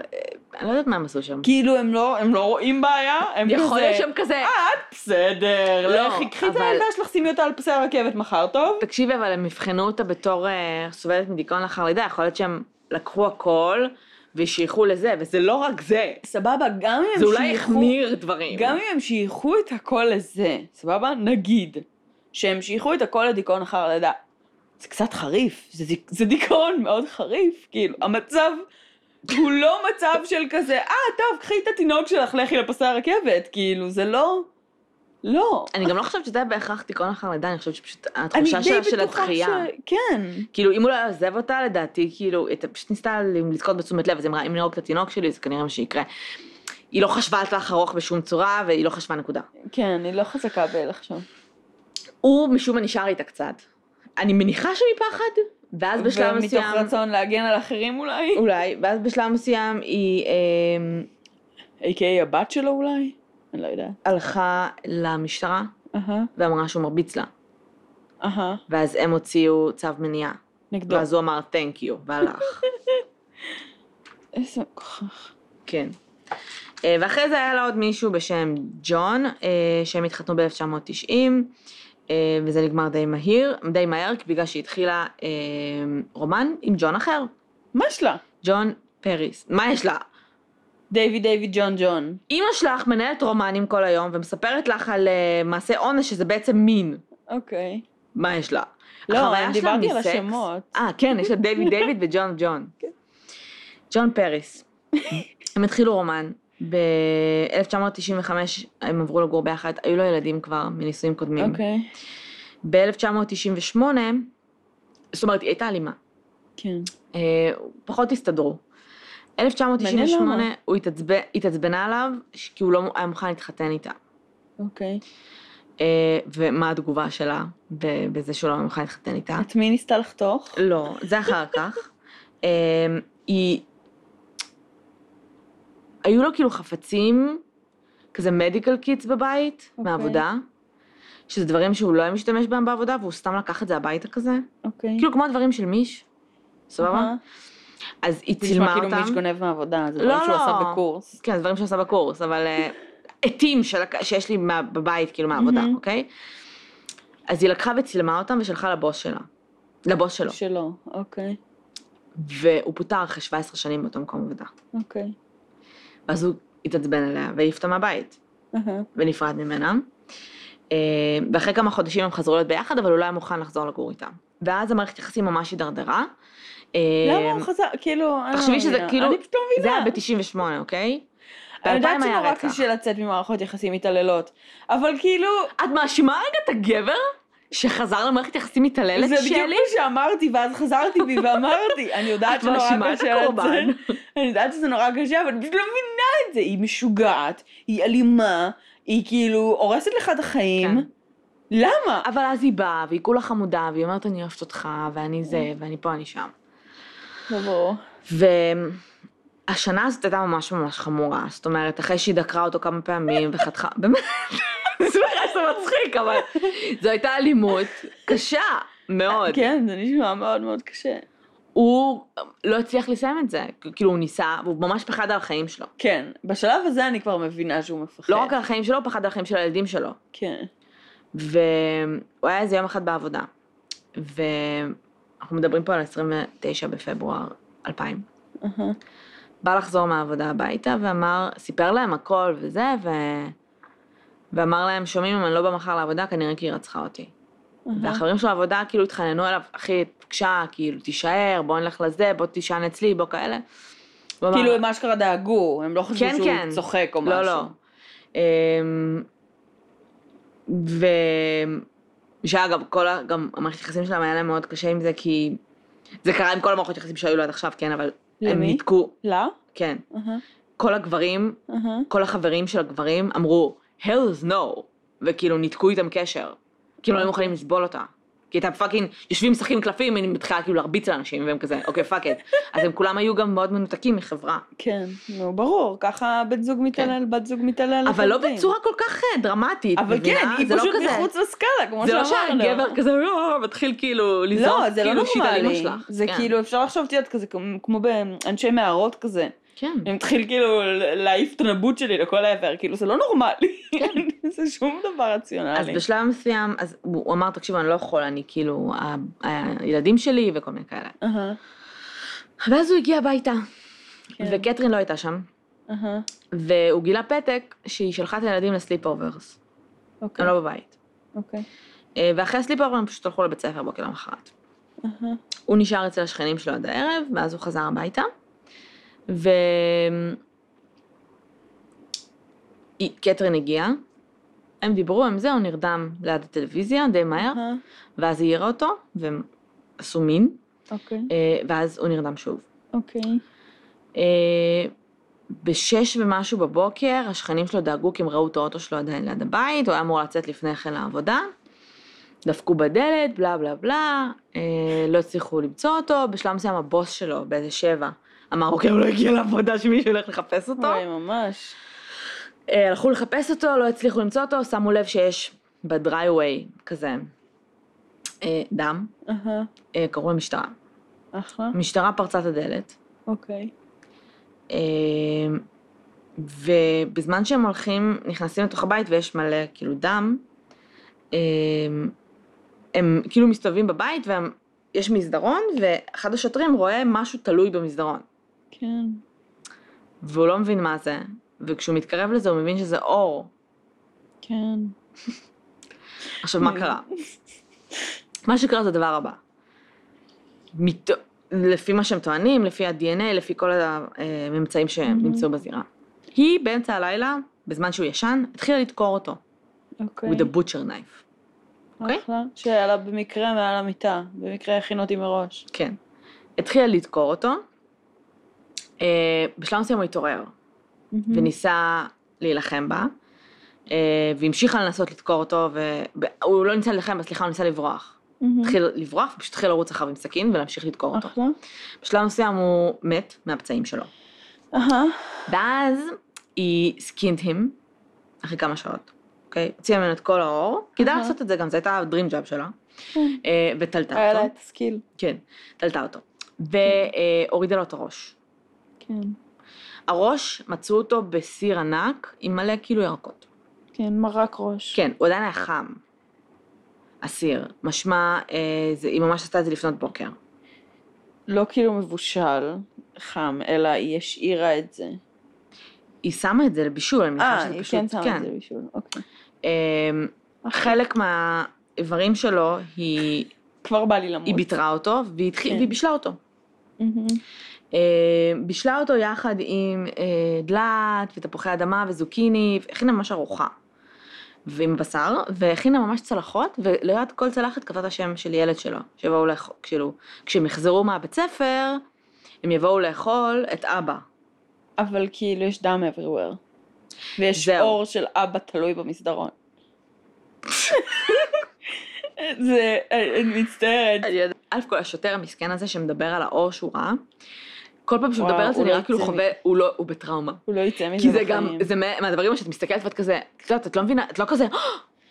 אני לא יודעת מה הם עשו שם.
כאילו הם לא, הם לא רואים בעיה, הם כזה...
יכול להיות שהם כזה...
בסדר,
לא,
לכי קחי את
אבל-
הילדה שלך, שימי אותה על פסי הרכבת מחר, טוב?
תקשיבי, אבל הם אבחנו אותה בתור אה, סובלת מדיכאון לאחר לידה, יכול להיות שהם לקחו הכל ושייכו לזה, וזה לא רק זה.
סבבה, גם אם הם
זה אולי
שייכו-
החמיר דברים.
כן, גם אם הם שייכו את הכל לזה, סבבה? נגיד שהם שייכו את הכל לדיכאון אחר לידה. זה קצת חריף, זה, דיק- זה דיכאון מאוד חריף, כאילו, המצב הוא לא מצב של כזה, אה, טוב, קחי את התינוק שלך, לכי לפסי הרכבת, כאילו, זה לא, לא.
אני גם לא חושבת שזה היה בהכרח דיכאון לאחר לידה, אני חושבת שפשוט
אני
התחושה
די
שלה של
בטוחה
הדחייה.
ש... כן.
כאילו, אם הוא לא היה עוזב אותה, לדעתי, כאילו, היא פשוט ניסתה לזכות בתשומת לב, אז היא אמרה, אם נהרוג את התינוק שלי, זה כנראה מה שיקרה. היא לא חשבה על טווח ארוך בשום צורה, והיא לא חשבה נקודה.
כן, אני לא חזקה בלחשוב.
הוא משום מה נשאר איתה קצת. אני מניחה שמפחד, ואז בשלב מסוים...
ומתוך רצון להגן על אחרים אולי?
אולי, ואז בשלב מסוים היא אה,
A.K.A הבת שלו אולי? אני לא יודעת.
הלכה למשטרה
אהה,
ואמרה שהוא מרביץ לה.
אהה,
ואז הם הוציאו צו מניעה.
נגדו.
ואז הוא אמר, Thank you, והלך.
איזה כוח.
כן. אה, ואחרי זה היה לה עוד מישהו בשם ג'ון, אה, שהם התחתנו ב-1990, אה, וזה נגמר די מהיר, די מהר, כי בגלל שהיא התחילה אה, רומן עם ג'ון אחר,
מה יש לה?
ג'ון פריס. מה יש לה?
דיוויד דיוויד ג'ון ג'ון.
אימא שלך מנהלת רומנים כל היום ומספרת לך על אה, מעשה אונס שזה בעצם מין.
אוקיי.
מה יש לה?
לא,
החוויה
אני
שלה
דיברתי על
מסקס-
השמות.
אה, כן, יש לה דיוויד דיוויד וג'ון ג'ון. ג'ון פריס. הם התחילו רומן. ב-1995 הם עברו לגור ביחד, היו לו ילדים כבר מנישואים קודמים.
אוקיי.
ב-1998, זאת אומרת, היא הייתה אלימה.
כן.
אה, פחות הסתדרו. 1998,
מעניין
הוא התעצבן- התעצבנה עליו, ש- כי הוא לא היה מוכן להתחתן איתה.
אוקיי.
אה, ומה התגובה שלה ב- בזה שהוא לא היה מוכן להתחתן איתה?
את מי ניסתה לחתוך?
לא, זה אחר כך. אמ, היא... היו לו כאילו חפצים, כזה מדיקל קיטס בבית,
אוקיי.
מהעבודה, שזה דברים שהוא לא היה משתמש בהם בעבודה, והוא סתם לקח את זה הביתה כזה.
אוקיי.
כאילו כמו הדברים של מיש, סבבה?
אהה.
אז היא
זה נשמע
צילמה
כאילו מיש
אותם.
גונב מהעבודה, זה
לא,
דברים שהוא
לא.
עשה בקורס.
כן, דברים שעשה בקורס, אבל אה, עטים שלק- שיש לי מה- בבית, כאילו מהעבודה,
מהמם.
אוקיי? אז היא לקחה וצילמה אותם ושלחה לבוס שלה. לבוס שלו.
שלו. אוקיי.
והוא פוטר אחרי 17 שנים באותו מקום עבודה.
אוקיי.
ואז הוא התעצבן עליה והעיף אותה מהבית,
אהה.
ונפרד ממנה. אה, ואחרי כמה חודשים הם חזרו להיות ביחד, אבל הוא לא היה מוכן לחזור לגור איתה. ואז המערכת יחסים ממש הידרדרה. אה,
למה הוא חזר? כאילו, אני לא
תחשבי שזה
מבינה.
כאילו-
אני פשוט לא מבינה.
זה היה ב-98, אוקיי?
אני יודעת
ב-2000 היה
שנורא
רצח.
קשה לצאת ממערכות יחסים מתעללות, אבל כאילו,
את מאשימה רגע את הגבר שחזר למערכת יחסים מתעללת
זה בדיוק
שלי?
מה שאמרתי, ואז חזרתי בי ואמרתי, אני יודעת
את
שנורא
מאשימה את
קשה
הקורבן.
לצאת, אני יודעת שזה נורא קשה, אבל אני פשוט לא מבינה את זה, היא משוגעת, היא אלימה, היא כאילו הורסת לך את החיים,
כן.
למה?
אבל אז היא באה, והיא כולה חמודה, והיא אומרת, אני אוהבת אותך, ואני זה, ואני פה, אני שם.
ברור.
והשנה הזאת הייתה ממש ממש חמורה, זאת אומרת, אחרי שהיא דקרה אותו כמה פעמים וחתכה, באמת, זה ממש מצחיק, אבל זו הייתה אלימות קשה מאוד.
כן, זה נשמע מאוד מאוד קשה.
הוא לא הצליח לסיים את זה, כאילו הוא ניסה, והוא ממש פחד על החיים שלו.
כן, בשלב הזה אני כבר מבינה שהוא מפחד.
לא רק על החיים שלו, הוא פחד על החיים של הילדים שלו.
כן.
והוא היה איזה יום אחד בעבודה, ואנחנו מדברים פה על 29 בפברואר 2000.
אהה.
בא לחזור מהעבודה הביתה ואמר, סיפר להם הכל וזה, ו... ואמר להם, שומעים אם אני לא בא מחר לעבודה, כנראה כי היא רצחה אותי.
אהה.
והחברים של העבודה כאילו התחננו אליו, אחי, בבקשה, כאילו, תישאר, בוא נלך לזה, בוא תישן אצלי, בוא כאלה. הוא אמר,
כאילו הם אשכרה דאגו, הם לא חשבו
כן,
שהוא
כן.
צוחק או משהו.
לא, לא. אמ, ו... שאגב, כל ה... גם המערכת היחסים שלהם היה להם מאוד קשה עם זה, כי... זה קרה עם כל המערכות יחסים שהיו לו עד עכשיו, כן, אבל... הם
למי?
ניתקו,
לה?
כן.
לא? אהה,
כל הגברים
אהה.
כל החברים של הגברים אמרו, hell's no, וכאילו ניתקו איתם קשר. כאילו לא היו מוכנים לסבול אותה. כי הייתה פאקינג, יושבים משחקים קלפים, אני מתחילה כאילו להרביץ לאנשים, והם כזה, אוקיי, פאק את. אז הם כולם היו גם מאוד מנותקים מחברה.
כן, נו ברור, ככה בן זוג מתעלל, בת זוג מתעלל.
אבל לא
לחלוטין.
בצורה כל כך אה, דרמטית,
אבל
מבינה?
כן, היא
זה לא
פשוט
כזה-
מחוץ לסקאלה, כמו
זה לא
שאמרנו.
שהגבר כזה "אה", מתחיל כאילו לזרוק
לא, זה לא
כאילו שיט על אמא
נורמלי.
שלך.
זה
כן.
כאילו, אפשר לחשוב, את יודעת, כזה כמו- כמו באנשי מערות כזה.
כן.
אני מתחיל כאילו להעיף את הנבוט שלי לכל העבר, כאילו זה לא נורמלי. זה שום דבר
כן. אז
רציונלי.
בשלב מסוים, אז הוא הוא אמר, תקשיב, אני לא יכול, אני כאילו, ה- הילדים שלי וכל מיני כאלה.
אהה,
ואז הוא הגיע הביתה,
כן,
וקטרין לא הייתה שם,
אהה,
והוא גילה פתק שהיא שלחה את הילדים לסליפ אוברס,
אוקיי,
הם לא בבית.
אוקיי.
אה, ואחרי הסליפ אובר הם פשוט הלכו לבית ספר בוקר למחרת. אה?
אהה,
הוא נשאר אצל השכנים שלו עד הערב, ואז הוא חזר הביתה. ו... היא- קתרין הגיעה, הם דיברו עם זה, הוא נרדם ליד הטלוויזיה די מהר,
אהה,
ואז היא העירה אותו, והם עשו מין,
אוקיי,
אה, ואז הוא נרדם שוב.
אוקיי.
אה, בשש ומשהו בבוקר, השכנים שלו דאגו כי הם ראו את האוטו שלו עדיין ליד הבית, הוא היה אמור לצאת לפני כן לעבודה. דפקו בדלת, בלה בלה בלה, אה, לא הצליחו למצוא אותו, בשלב מסוים הבוס שלו, באיזה שבע, אמר, אוקיי, הוא לא הגיע לעבודה שמישהו הולך לחפש אותו.
וואי, ממש.
אה, הלכו לחפש אותו, לא הצליחו למצוא אותו, שמו לב שיש בדרייווי כזה אה, דם,
אהה,
אה, קראו למשטרה.
אחלה,
המשטרה פרצה את הדלת,
אוקיי.
אמ, ובזמן שהם הולכים, נכנסים לתוך הבית ויש מלא כאילו דם, אמ, הם כאילו מסתובבים בבית ויש מסדרון, ואחד השוטרים רואה משהו תלוי במסדרון,
כן.
והוא לא מבין מה זה, וכשהוא מתקרב לזה הוא מבין שזה אור.
כן.
עכשיו, מה קרה? מה שקרה זה הדבר הבא. מת... לפי מה שהם טוענים, לפי ה-DNA, לפי כל הממצאים שהם
Mhm.
נמצאו בזירה. היא באמצע הלילה, בזמן שהוא ישן, התחילה לדקור אותו.
אוקיי.
with a butcher knife. אוקיי?
אחלה. שהיה לה במקרה מעל המיטה. במקרה הכין אותי מראש.
כן. התחילה לדקור אותו. אה, בשלב מסוים הוא התעורר,
מהמם.
וניסה להילחם בה, אה, והמשיכה לנסות לדקור אותו, והוא לא ניסה להילחם, בה, סליחה, הוא ניסה לברוח.
מהמם.
התחיל לברוח, פשוט התחיל לרוץ אחריו עם סכין ולהמשיך לדקור אותו.
אחלה.
בשלב מסוים הוא מת מהפצעים שלו.
אהה.
ואז היא סקינד הים, אחרי כמה שעות, אוקיי? הוציאה ממנו את כל האור, כדאי
אהה.
לעשות את זה גם, זו הייתה הדרים ג'אב שלה,
כן.
אה, ותלתה
היה לה
אותו,
את הסקיל.
כן, תלתה אותו, והורידה לו את הראש.
כן.
הראש, מצאו אותו בסיר ענק עם מלא כאילו ירקות.
כן, מרק ראש.
כן, הוא עדיין היה חם. הסיר, משמע, אה, זה, היא ממש עשתה את זה לפנות בוקר.
לא כאילו מבושל, חם, אלא היא השאירה את זה.
היא שמה את זה לבישול, אני מניחה
אה,
שזה
היא
פשוט,
כן שמה את זה בשביל... אוקיי.
אה, חלק מהאיברים שלו, היא,
כבר בא לי למות.
היא ביטרה אותו, והיא, התחיל,
כן.
והיא בישלה אותו.
מהמם.
אה, בישלה אותו יחד עם אה, דלעת ותפוחי אדמה וזוקיני, הכינה ממש ארוחה. ועם בשר, והכינה ממש צלחות, וליד כל צלחת כתבה את השם של ילד שלו, שיבואו לאכול, כאילו, כשהם יחזרו מהבית ספר, הם יבואו לאכול את אבא.
אבל כאילו יש דם everywhere. ויש
זהו.
אור של אבא תלוי במסדרון. זה, אני מצטערת.
אלף כל השוטר המסכן הזה שמדבר על האור שהוא ראה, כל פעם שהוא
וואו,
מדבר על זה
הוא לא
נראה כאילו
רציני.
חווה, הוא לא, הוא בטראומה.
הוא לא יצא מזה
כי זה
בחיים.
גם, זה מה- מהדברים שאת מסתכלת ואת כזה, את יודעת, את לא מבינה, את לא כזה, "אה!"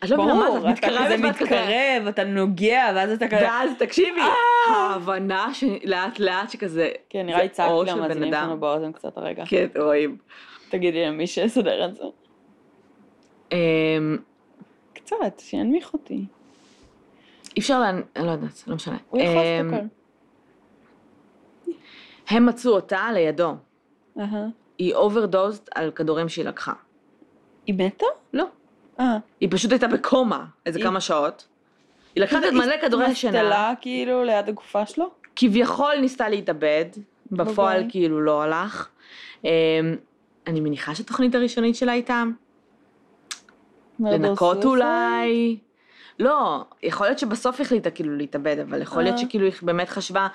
את לא מבינה מה זה,
ברור,
את
אתה כזה
מתקרבת ואת כזה,
מתקרב, אתה נוגע, ואז אתה כזה...
ואז תקשיבי, ההבנה שלאט לאט שכזה,
אה! כן, נראה לי
זה
צעקת
אור של בן
למאזינים
אדם.
שלנו באוזן קצת הרגע.
כן, רואים.
תגידי למי שיסדר את זה.
אמ,
קצת, שינמיך אותי.
אי אפשר להנ... אני לא יודעת, לא משנה.
הוא יכול
אמ,
לעשות הכל.
הם מצאו אותה לידו.
אהה.
היא אוברדוזת על כדורים שהיא לקחה.
היא מתה?
לא.
אה.
היא פשוט הייתה בקומה איזה
היא-
כמה שעות. היא לקחה את מלא כדורי שינה,
מסטלה כאילו ליד הגופה שלו?
כביכול ניסתה להתאבד, בפועל
בואי.
כאילו לא הלך. אמ, אני מניחה שהתוכנית הראשונית שלה הייתה
מרדר
לנקות
סוסן?
אולי. לא, יכול להיות שבסוף היא החליטה כאילו להתאבד, אבל יכול להיות
אה.
שכאילו היא באמת חשבה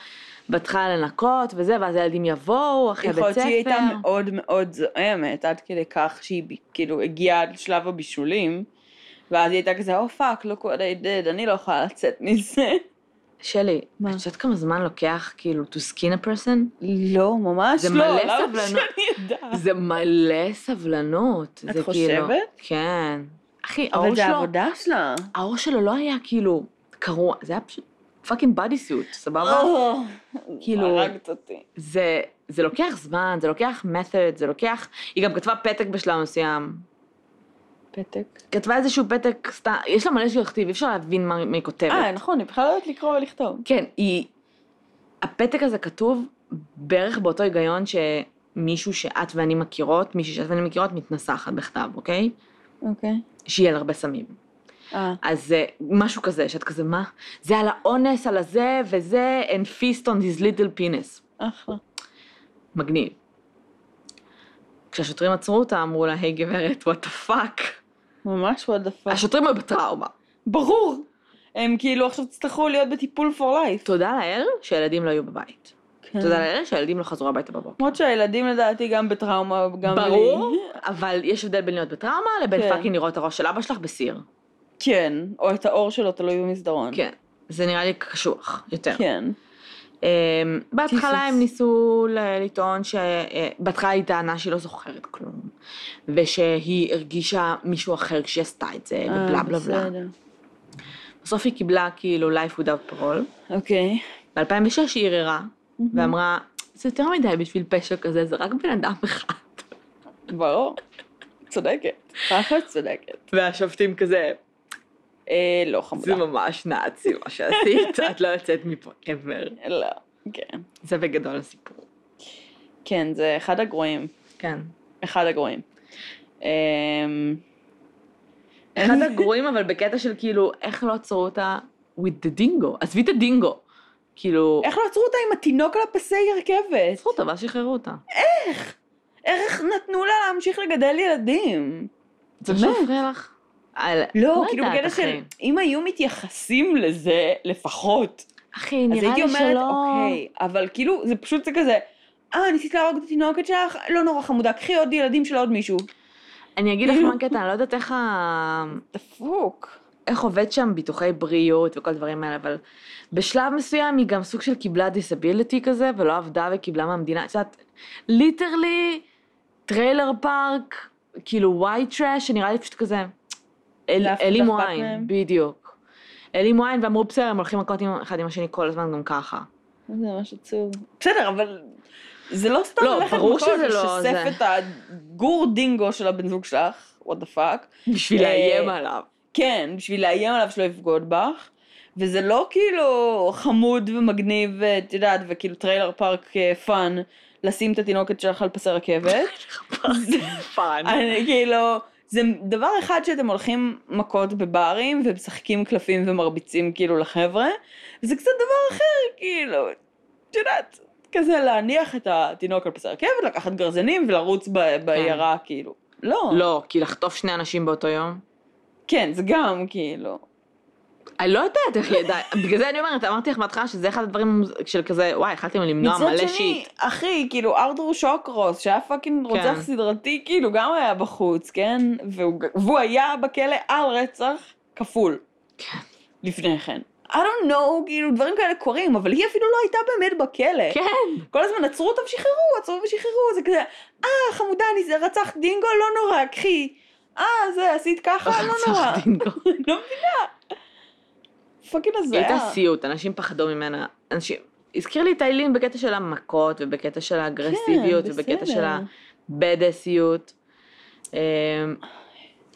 בהתחלה לנקות וזה, ואז הילדים יבואו אחרי בית
יכול להיות
ספר.
שהיא הייתה מאוד מאוד זועמת, עד כדי כך שהיא ב- כאילו הגיעה עד שלב הבישולים, ואז היא הייתה כזה, או פאק, look what I did, אני לא יכולה לצאת מזה.
שלי,
מה?
את יודעת כמה זמן לוקח כאילו to skin a person?
לא, ממש
זה
לא.
מלא
למה
סבלנות.
שאני אדע?
זה מלא סבלנות.
את
זה כאילו...
חושבת?
כן. אחי,
אבל
האור
זה
שלו,
העבודה שלה.
האור שלו לא היה כאילו קרוע, זה היה פשוט פאקינג בדי סוט, סבבה?
או,
כאילו-
הרגת אותי.
זה, זה לוקח זמן, זה לוקח method, זה לוקח... היא גם כתבה פתק בשלב מסוים.
פתק.
כתבה איזשהו פתק, סתם, יש לה מלא שהוא יכתיב, אי אפשר להבין מה מה היא כותבת.
אה, נכון, היא בכלל לא יודעת לקרוא ולכתוב.
כן, היא... הפתק הזה כתוב בערך באותו היגיון שמישהו שאת ואני מכירות, מישהי שאת ואני מכירות, מתנסחת בכתב, אוקיי?
אוקיי.
שיהיה לה הרבה סמים.
אה,
אז אה, משהו כזה, שאת כזה, מה? זה על האונס, על הזה, וזה, and feast on his little penis.
אחלה.
מגניב. כשהשוטרים עצרו אותה, אמרו לה, היי גברת, what the fuck.
ממש what the fuck.
השוטרים היו בטראומה.
ברור. הם כאילו עכשיו תצטרכו להיות בטיפול for life.
תודה לאל שהילדים לא היו בבית.
כן.
תודה לאל שהילדים לא חזרו הביתה בבוקר.
למרות שהילדים לדעתי גם בטראומה, גם לי.
ברור, אבל יש הבדל בין להיות בטראומה לבין
כן.
פאקינג לראות את הראש של אבא שלך בסיר.
כן. או את האור שלו תלוי במסדרון.
כן. זה נראה לי קשוח יותר.
כן.
אמ, בהתחלה
Jesus.
הם ניסו ל- לטעון ש... אה, בהתחלה היא טענה שהיא לא זוכרת כלום, ושהיא הרגישה מישהו אחר כשהיא עשתה את זה,
אה,
ובלה בלה בלה.
בסדר.
בסוף היא קיבלה כאילו life without parole.
אוקיי.
ב-2006 היא ערערה, ואמרה, זה יותר מדי בשביל פשע כזה, זה רק בן אדם אחד.
ברור. צודקת. ככה את צודקת.
והשופטים כזה,
אה, לא
זה
חמודה.
ממש נאצי מה שעשית, את לא יוצאת מפה ever.
לא. כן.
זה בגדול הסיפור.
כן, זה אחד הגרועים.
כן.
אחד הגרועים. אמ,
אחד הגרועים, אבל בקטע של כאילו, איך לא עצרו אותה with the dingo? עזבי את הדינגו. כאילו,
איך לא עצרו אותה עם התינוק על הפסי הרכבת?
עצרו אותה ואז שחררו אותה.
איך נתנו לה להמשיך לגדל ילדים?
זה
באמת?
מה שהפריע לך? על-
לא,
לא
כאילו
יודעת,
בקטע של
אחי.
אם היו מתייחסים לזה לפחות,
אחי,
אז
נראה
הייתי
לי
אומרת
שלא...
אוקיי, אבל כאילו זה פשוט זה כזה, אה ניסית להרוג את התינוקת שלך? לא נורא חמודה, קחי עוד ילדים של עוד מישהו.
אני אגיד לך מה הקטע, אני לא יודעת איך ה...
דפוק.
איך עובד שם ביטוחי בריאות וכל הדברים האלה, אבל בשלב מסוים היא גם סוג של קיבלה דיסביליטי כזה, ולא עבדה וקיבלה מהמדינה, את יודעת, ליטרלי טריילר פארק, כאילו וואי טראש, שנראה לי פשוט כזה, אל,
לאף אחד
אלים
לא אכפת
וואין,
מהם.
בדיוק. אלים וואין ואמרו בסדר, הם הולכים מכות עם- אחד עם השני כל הזמן גם ככה.
זה ממש עצוב. בסדר, אבל זה לא סתם
לא,
ללכת
ברור
מכות
שזה לא
לשסף
זה.
את הגור דינגו של הבן זוג שלך, what the fuck.
בשביל
אה,
לאיים עליו.
כן, בשביל לאיים עליו שלא יבגוד בך. וזה לא כאילו חמוד ומגניב, ואת יודעת, וכאילו טריילר פארק אה, פאן, לשים את התינוקת שלך על פסי רכבת.
זה פאן.
אני כאילו, זה דבר אחד שאתם הולכים מכות בברים, ומשחקים קלפים ומרביצים כאילו לחבר'ה, וזה קצת דבר אחר, כאילו, את יודעת, כזה להניח את התינוק על פסי רכבת, לקחת גרזנים ולרוץ ב- בעיירה, כאילו. לא.
לא, כי לחטוף שני אנשים באותו יום.
כן, זה גם, כאילו.
אני לא יודעת איך היא ידעה, בגלל זה אני אומרת, אמרתי לך בהתחלה שזה אחד הדברים המוז- של כזה, וואי, יכלתם למנוע
מצד
מלא
שני,
שיט.
אחי, כאילו ארתור שוקרוס, שהיה פאקינג רוצח
כן.
סדרתי, כאילו גם היה בחוץ, כן? והוא, ג- והוא היה בכלא על רצח כפול.
כן.
לפני כן. I don't know, כאילו דברים כאלה קורים, אבל היא אפילו לא הייתה באמת בכלא.
כן.
כל הזמן עצרו אותה ושחררו, עצרו ושחררו, זה כזה, אה, חמודה, אני זה רצח דינגו, לא נורא, קחי. אה, זה, עשית ככה, לא נורא.
דינגו.
לא מבינה. פאקינג
היא
הזיה.
הייתה סיוט, אנשים פחדו ממנה. אנשים... הזכיר לי את האילים בקטע של המכות, ובקטע של האגרסיביות,
כן,
ובקטע
בסדר.
של ה-badassיות. אמ,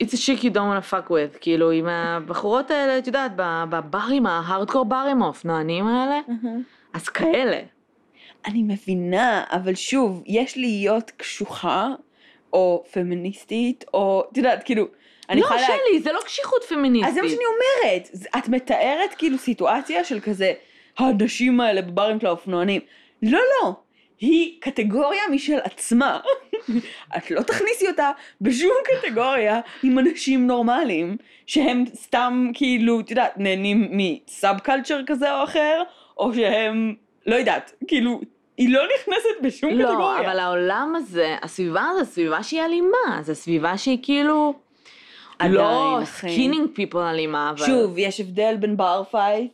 It's a chick you don't want to fuck with, כאילו, עם הבחורות האלה, את יודעת, ב- בברים, ההארדקור ברים האופנוענים האלה,
אהה.
אז כאלה.
אני מבינה, אבל שוב, יש להיות קשוחה, או פמיניסטית, או, את יודעת, כאילו, אני
לא,
יכולה... לה-
שלי, זה לא קשיחות פמיניסטית.
אז זה מה שאני אומרת, זה- את מתארת כאילו סיטואציה של כזה, הנשים האלה בברים של האופנוענים. לא, לא, היא קטגוריה משל עצמה. את לא תכניסי אותה בשום קטגוריה עם אנשים נורמליים, שהם סתם כאילו, את יודעת, נהנים מסאב קלצ'ר כזה או אחר, או שהם, לא יודעת, כאילו, היא לא נכנסת בשום
לא,
קטגוריה.
אבל העולם הזה, הסביבה הזו, סביבה שהיא אלימה, זו סביבה שהיא כאילו לא,
עדיין, אחי.
סקינינג פיפל אלימה, אבל...
שוב, יש הבדל בין בר פייט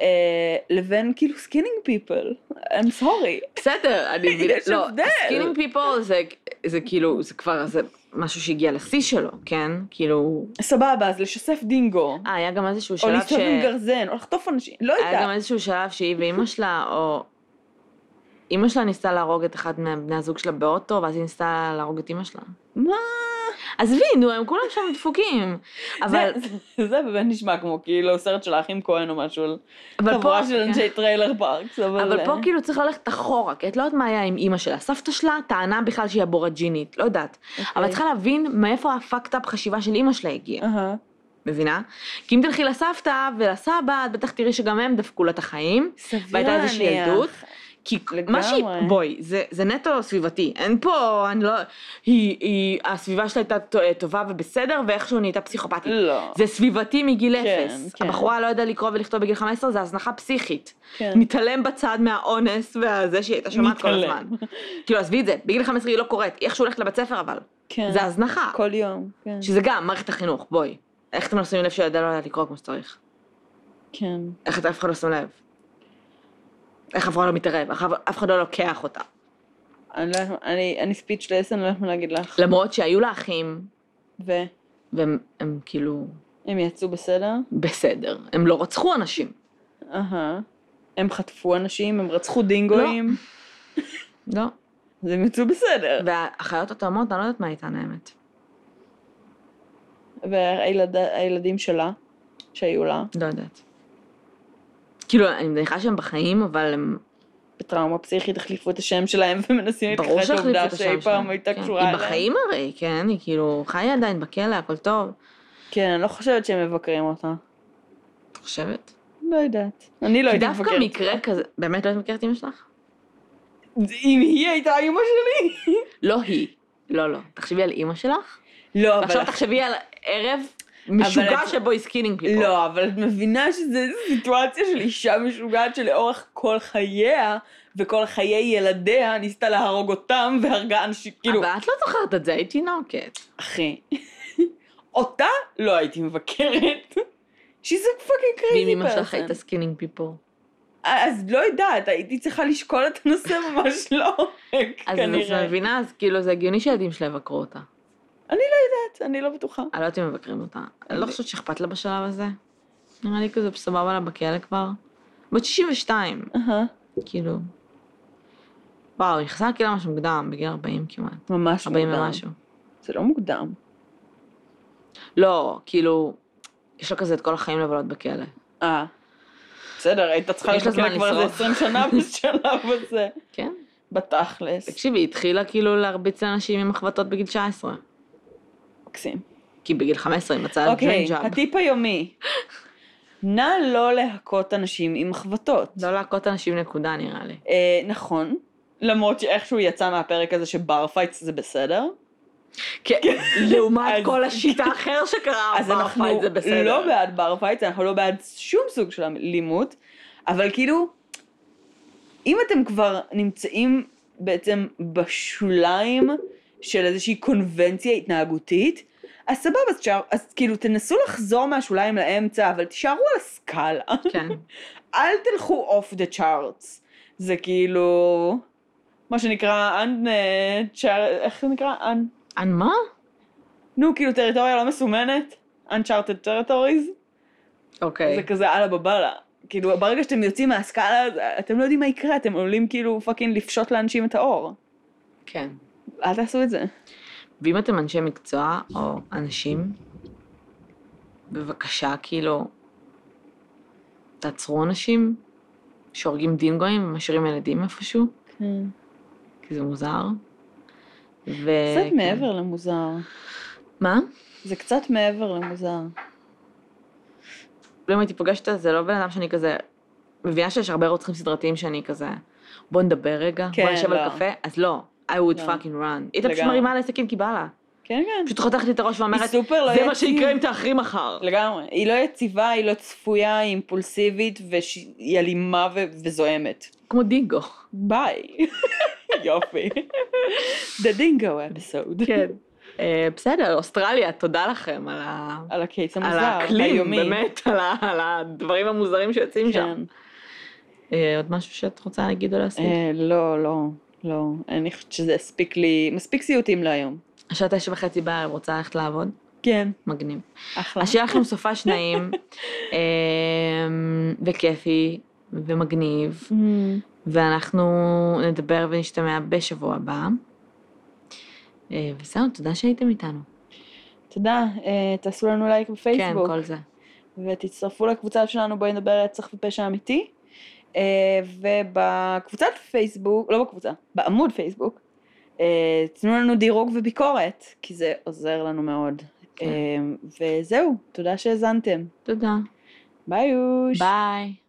אה, לבין כאילו סקינינג פיפל. I'm sorry.
בסדר, אני מבינה,
יש
לא,
הבדל.
סקינינג פיפול זה, זה כאילו, זה כבר, זה משהו שהגיע לשיא שלו, כן? כאילו,
סבבה, אז לשסף דינגו,
אה, היה גם איזשהו
או
שלב ש...
להסתובב עם גרזן, או לחטוף אנשים, לא
היה גם
יודעת.
איזשהו שלב שהיא ואימא שלה, או... אימא שלה ניסתה להרוג את אחד מבני הזוג שלה באוטו, ואז היא ניסתה להרוג את אימא שלה.
מה?
עזבי, נו, הם כולם שם דפוקים. אבל,
זה- זה זה באמת נשמע כמו כאילו סרט של האחים כהן או משהו, על
אבל פה... כן.
חבורה של אנשי טריילר פארקס, אבל...
אבל פה
אה,
כאילו צריך ללכת אחורה, כי את לא יודעת מה היה עם אימא שלה. סבתא שלה טענה בכלל שהיא אבורג'ינית, לא יודעת.
אוקיי.
אבל את צריכה להבין מאיפה הפאקד-אפ חשיבה של אימא שלה הגיעה.
אהה.
מבינה? כי אם תלכי לסבתא ולסבא, את בטח תראי שגם הם דפקו לה את החיים.
סביר
והייתה איזושהי
להניח.
ילדות. כי מה שהיא,
לגמרי.
בואי, זה, זה נטו סביבתי, אין פה, אני לא, היא, היא, הסביבה שלה הייתה טו- אה, טובה ובסדר, ואיכשהו נהייתה פסיכופתית.
לא.
זה סביבתי מגיל
כן,
אפס.
כן.
הבחורה לא ידעה לקרוא ולכתוב בגיל 15, זה הזנחה פסיכית.
כן.
מתעלם בצד מהאונס והזה שהיא הייתה שומעת כל
מתעלם.
הזמן. כאילו, עזבי את זה, בגיל 15 היא לא קוראת, היא איכשהו הולכת לבית ספר אבל.
כן.
זה הזנחה.
כל יום. כן.
שזה גם מערכת החינוך, בואי. איך אתם לא שמים לב שהילדה לא יודעת לקרוא כמו שצריך?
כן.
איך אתה- אף אחד לא שם לב? איך אף אחד לא מתערב? איך אף- אף אחד לא לוקח אותה?
אני לא יודעת- אני- אני ספיצ'לס, אני לא יודעת מה להגיד לך.
למרות שהיו לה אחים,
והם
והם הם כאילו
יצאו בסדר?
בסדר. הם לא רצחו אנשים.
אהה. הם חטפו אנשים, הם רצחו דינגואים.
לא.
אז הם יצאו בסדר.
והאחיות התאומות, אני לא יודעת מה איתן האמת.
והילדים שלה, שהיו לה,
לא יודעת. כאילו, אני מניחה שהם בחיים, אבל הם...
בטראומה פסיכית החליפו את השם שלהם ומנסים
ברור
להתכחש
שהחליפו
לעובדה
את השם
שאי
שלהם.
פעם הייתה
כן.
קשורה
היא
אליהם.
בחיים הרי, כן? היא כאילו חיה עדיין בכלא, הכל טוב.
כן, אני לא חושבת שהם מבקרים אותה.
את חושבת?
לא יודעת. אני לא
כי
הייתי
דווקא
מבקרת.
מקרה כזה... באמת לא היית מכירת אמא שלך?
אם היא הייתה אימא שלי.
לא היא. לא, לא. תחשבי על אימא שלך.
לא, אבל...
ועכשיו תחשבי על ערב משוגע
אבל-
שבו היא סקינינג פיפול.
לא, אבל את מבינה שזו סיטואציה של אישה משוגעת שלאורך כל חייה וכל חיי ילדיה ניסתה להרוג אותם והרגה אנשים, כאילו,
אבל את לא זוכרת את זה, היית תינוקת.
אחי, אותה לא הייתי מבקרת. She's a fucking crazy person.
ואם אמא שלך הייתה סקינינג פיפול.
אז לא יודעת, הייתי צריכה לשקול את הנושא ממש לעומק,
אז אם את
כנראה.
מבינה, אז כאילו זה הגיוני שהילדים שלה יבקרו אותה.
אני לא בטוחה.
אני לא יודעת אם מבקרים אותה. אני לא
אני-
חושבת שאכפת לה בשלב הזה. נראה לי כזה סבבה לה בכלא כבר. בת 62,
אהה.
כאילו. וואו, היא נכנסה לכלא ממש מוקדם, בגיל 40 כמעט.
ממש
40
מוקדם.
ומשהו.
זה לא מוקדם.
לא, כאילו, יש לה כזה את כל החיים לבלות בכלא.
אה. בסדר, הייתה צריכה
יש לה
להתקרב
זמן
כבר איזה
לשרוף.
20 שנה בשלב הזה.
כן.
בתכלס.
תקשיבי, היא התחילה כאילו להרביץ לאנשים עם החבטות בגיל 19.
מקסים.
כי בגיל 15 היא מצאה את
אוקיי,
דרין ג'אב.
הטיפ היומי. נא לא להכות אנשים עם מחבטות.
לא להכות אנשים נקודה נראה לי.
אה, נכון. למרות שאיכשהו יצא מהפרק הזה שבר פייטס זה בסדר.
כן, לעומת
אז-
כל השיט האחר שקרה,
אז אנחנו
הפרפייט זה בסדר.
לא בעד בר פייטס, אנחנו לא בעד שום סוג של אלימות, אבל כאילו, אם אתם כבר נמצאים בעצם בשוליים של איזושהי קונבנציה התנהגותית, אז סבבה, אז, תשאר, אז כאילו תנסו לחזור מהשוליים לאמצע, אבל תישארו על הסקאלה.
כן.
אל תלכו אוף דה צ'ארטס. זה כאילו, מה שנקרא, אנ... צ'אר... איך זה נקרא? אנ...
על מה?
נו, כאילו טריטוריה לא מסומנת? Uncharted Territories? זה
אוקיי.
כזה אללה בבאללה. כאילו, ברגע שאתם יוצאים מהסקאלה, אז אתם לא יודעים מה יקרה, אתם עלולים כאילו פאקינג לפשוט לאנשים את האור.
כן.
אל תעשו את זה.
ואם אתם אנשי מקצוע או אנשים, בבקשה, כאילו, תעצרו אנשים שהורגים דינגואים ומשאירים ילדים איפשהו,
כן.
כי זה מוזר. ו...
קצת
כן.
מעבר למוזר.
מה?
זה קצת מעבר למוזר.
אם הייתי פוגשת, זה לא בן אדם שאני כזה... מבינה שיש הרבה רוצחים סדרתיים שאני כזה, בוא נדבר רגע,
כן,
בוא נשב
לא.
על קפה, אז לא, I would
לא.
fucking run. היא הייתה פשוט
לגמרי.
מרימה על הסכין כי בא לה.
כן, כן.
פשוט חותכת לי את הראש
היא
ואומרת,
סופר לא
זה מה
יציב.
שיקרה אם תאחרי מחר.
לגמרי. היא לא יציבה, היא לא צפויה, היא אימפולסיבית, והיא אלימה ו- וזוהמת.
כמו דינגו.
ביי. יופי. The dingo episode.
כן. אה, בסדר, אוסטרליה, תודה לכם על ה...
על הקייס
על
המוזר,
האקלים,
היומי.
באמת, על ה- על הדברים המוזרים שיוצאים שם.
כן.
אה, עוד משהו שאת רוצה להגיד או להספיק?
אה, לא, לא, לא. אני חושבת שזה הספיק לי, מספיק סיוטים להיום.
השעה תשע וחצי בערב רוצה ללכת לעבוד?
כן.
מגניב.
אחלה.
אז שיהיה לכם סופה שניים, אמ, וכיפי, ומגניב,
אמ,
ואנחנו נדבר ונשתמע בשבוע הבא. אה, וזהו, תודה שהייתם איתנו.
תודה, אה, תעשו לנו לייק בפייסבוק.
כן, כל זה.
ותצטרפו לקבוצה שלנו בואי נדבר רצח ופשע אמיתי. אה, ובקבוצת פייסבוק, לא בקבוצה, בעמוד פייסבוק, אה, תנו לנו דירוג וביקורת, כי זה עוזר לנו מאוד.
כן.
אה, וזהו, תודה שהאזנתם.
תודה.
ביי יוש.
ביי.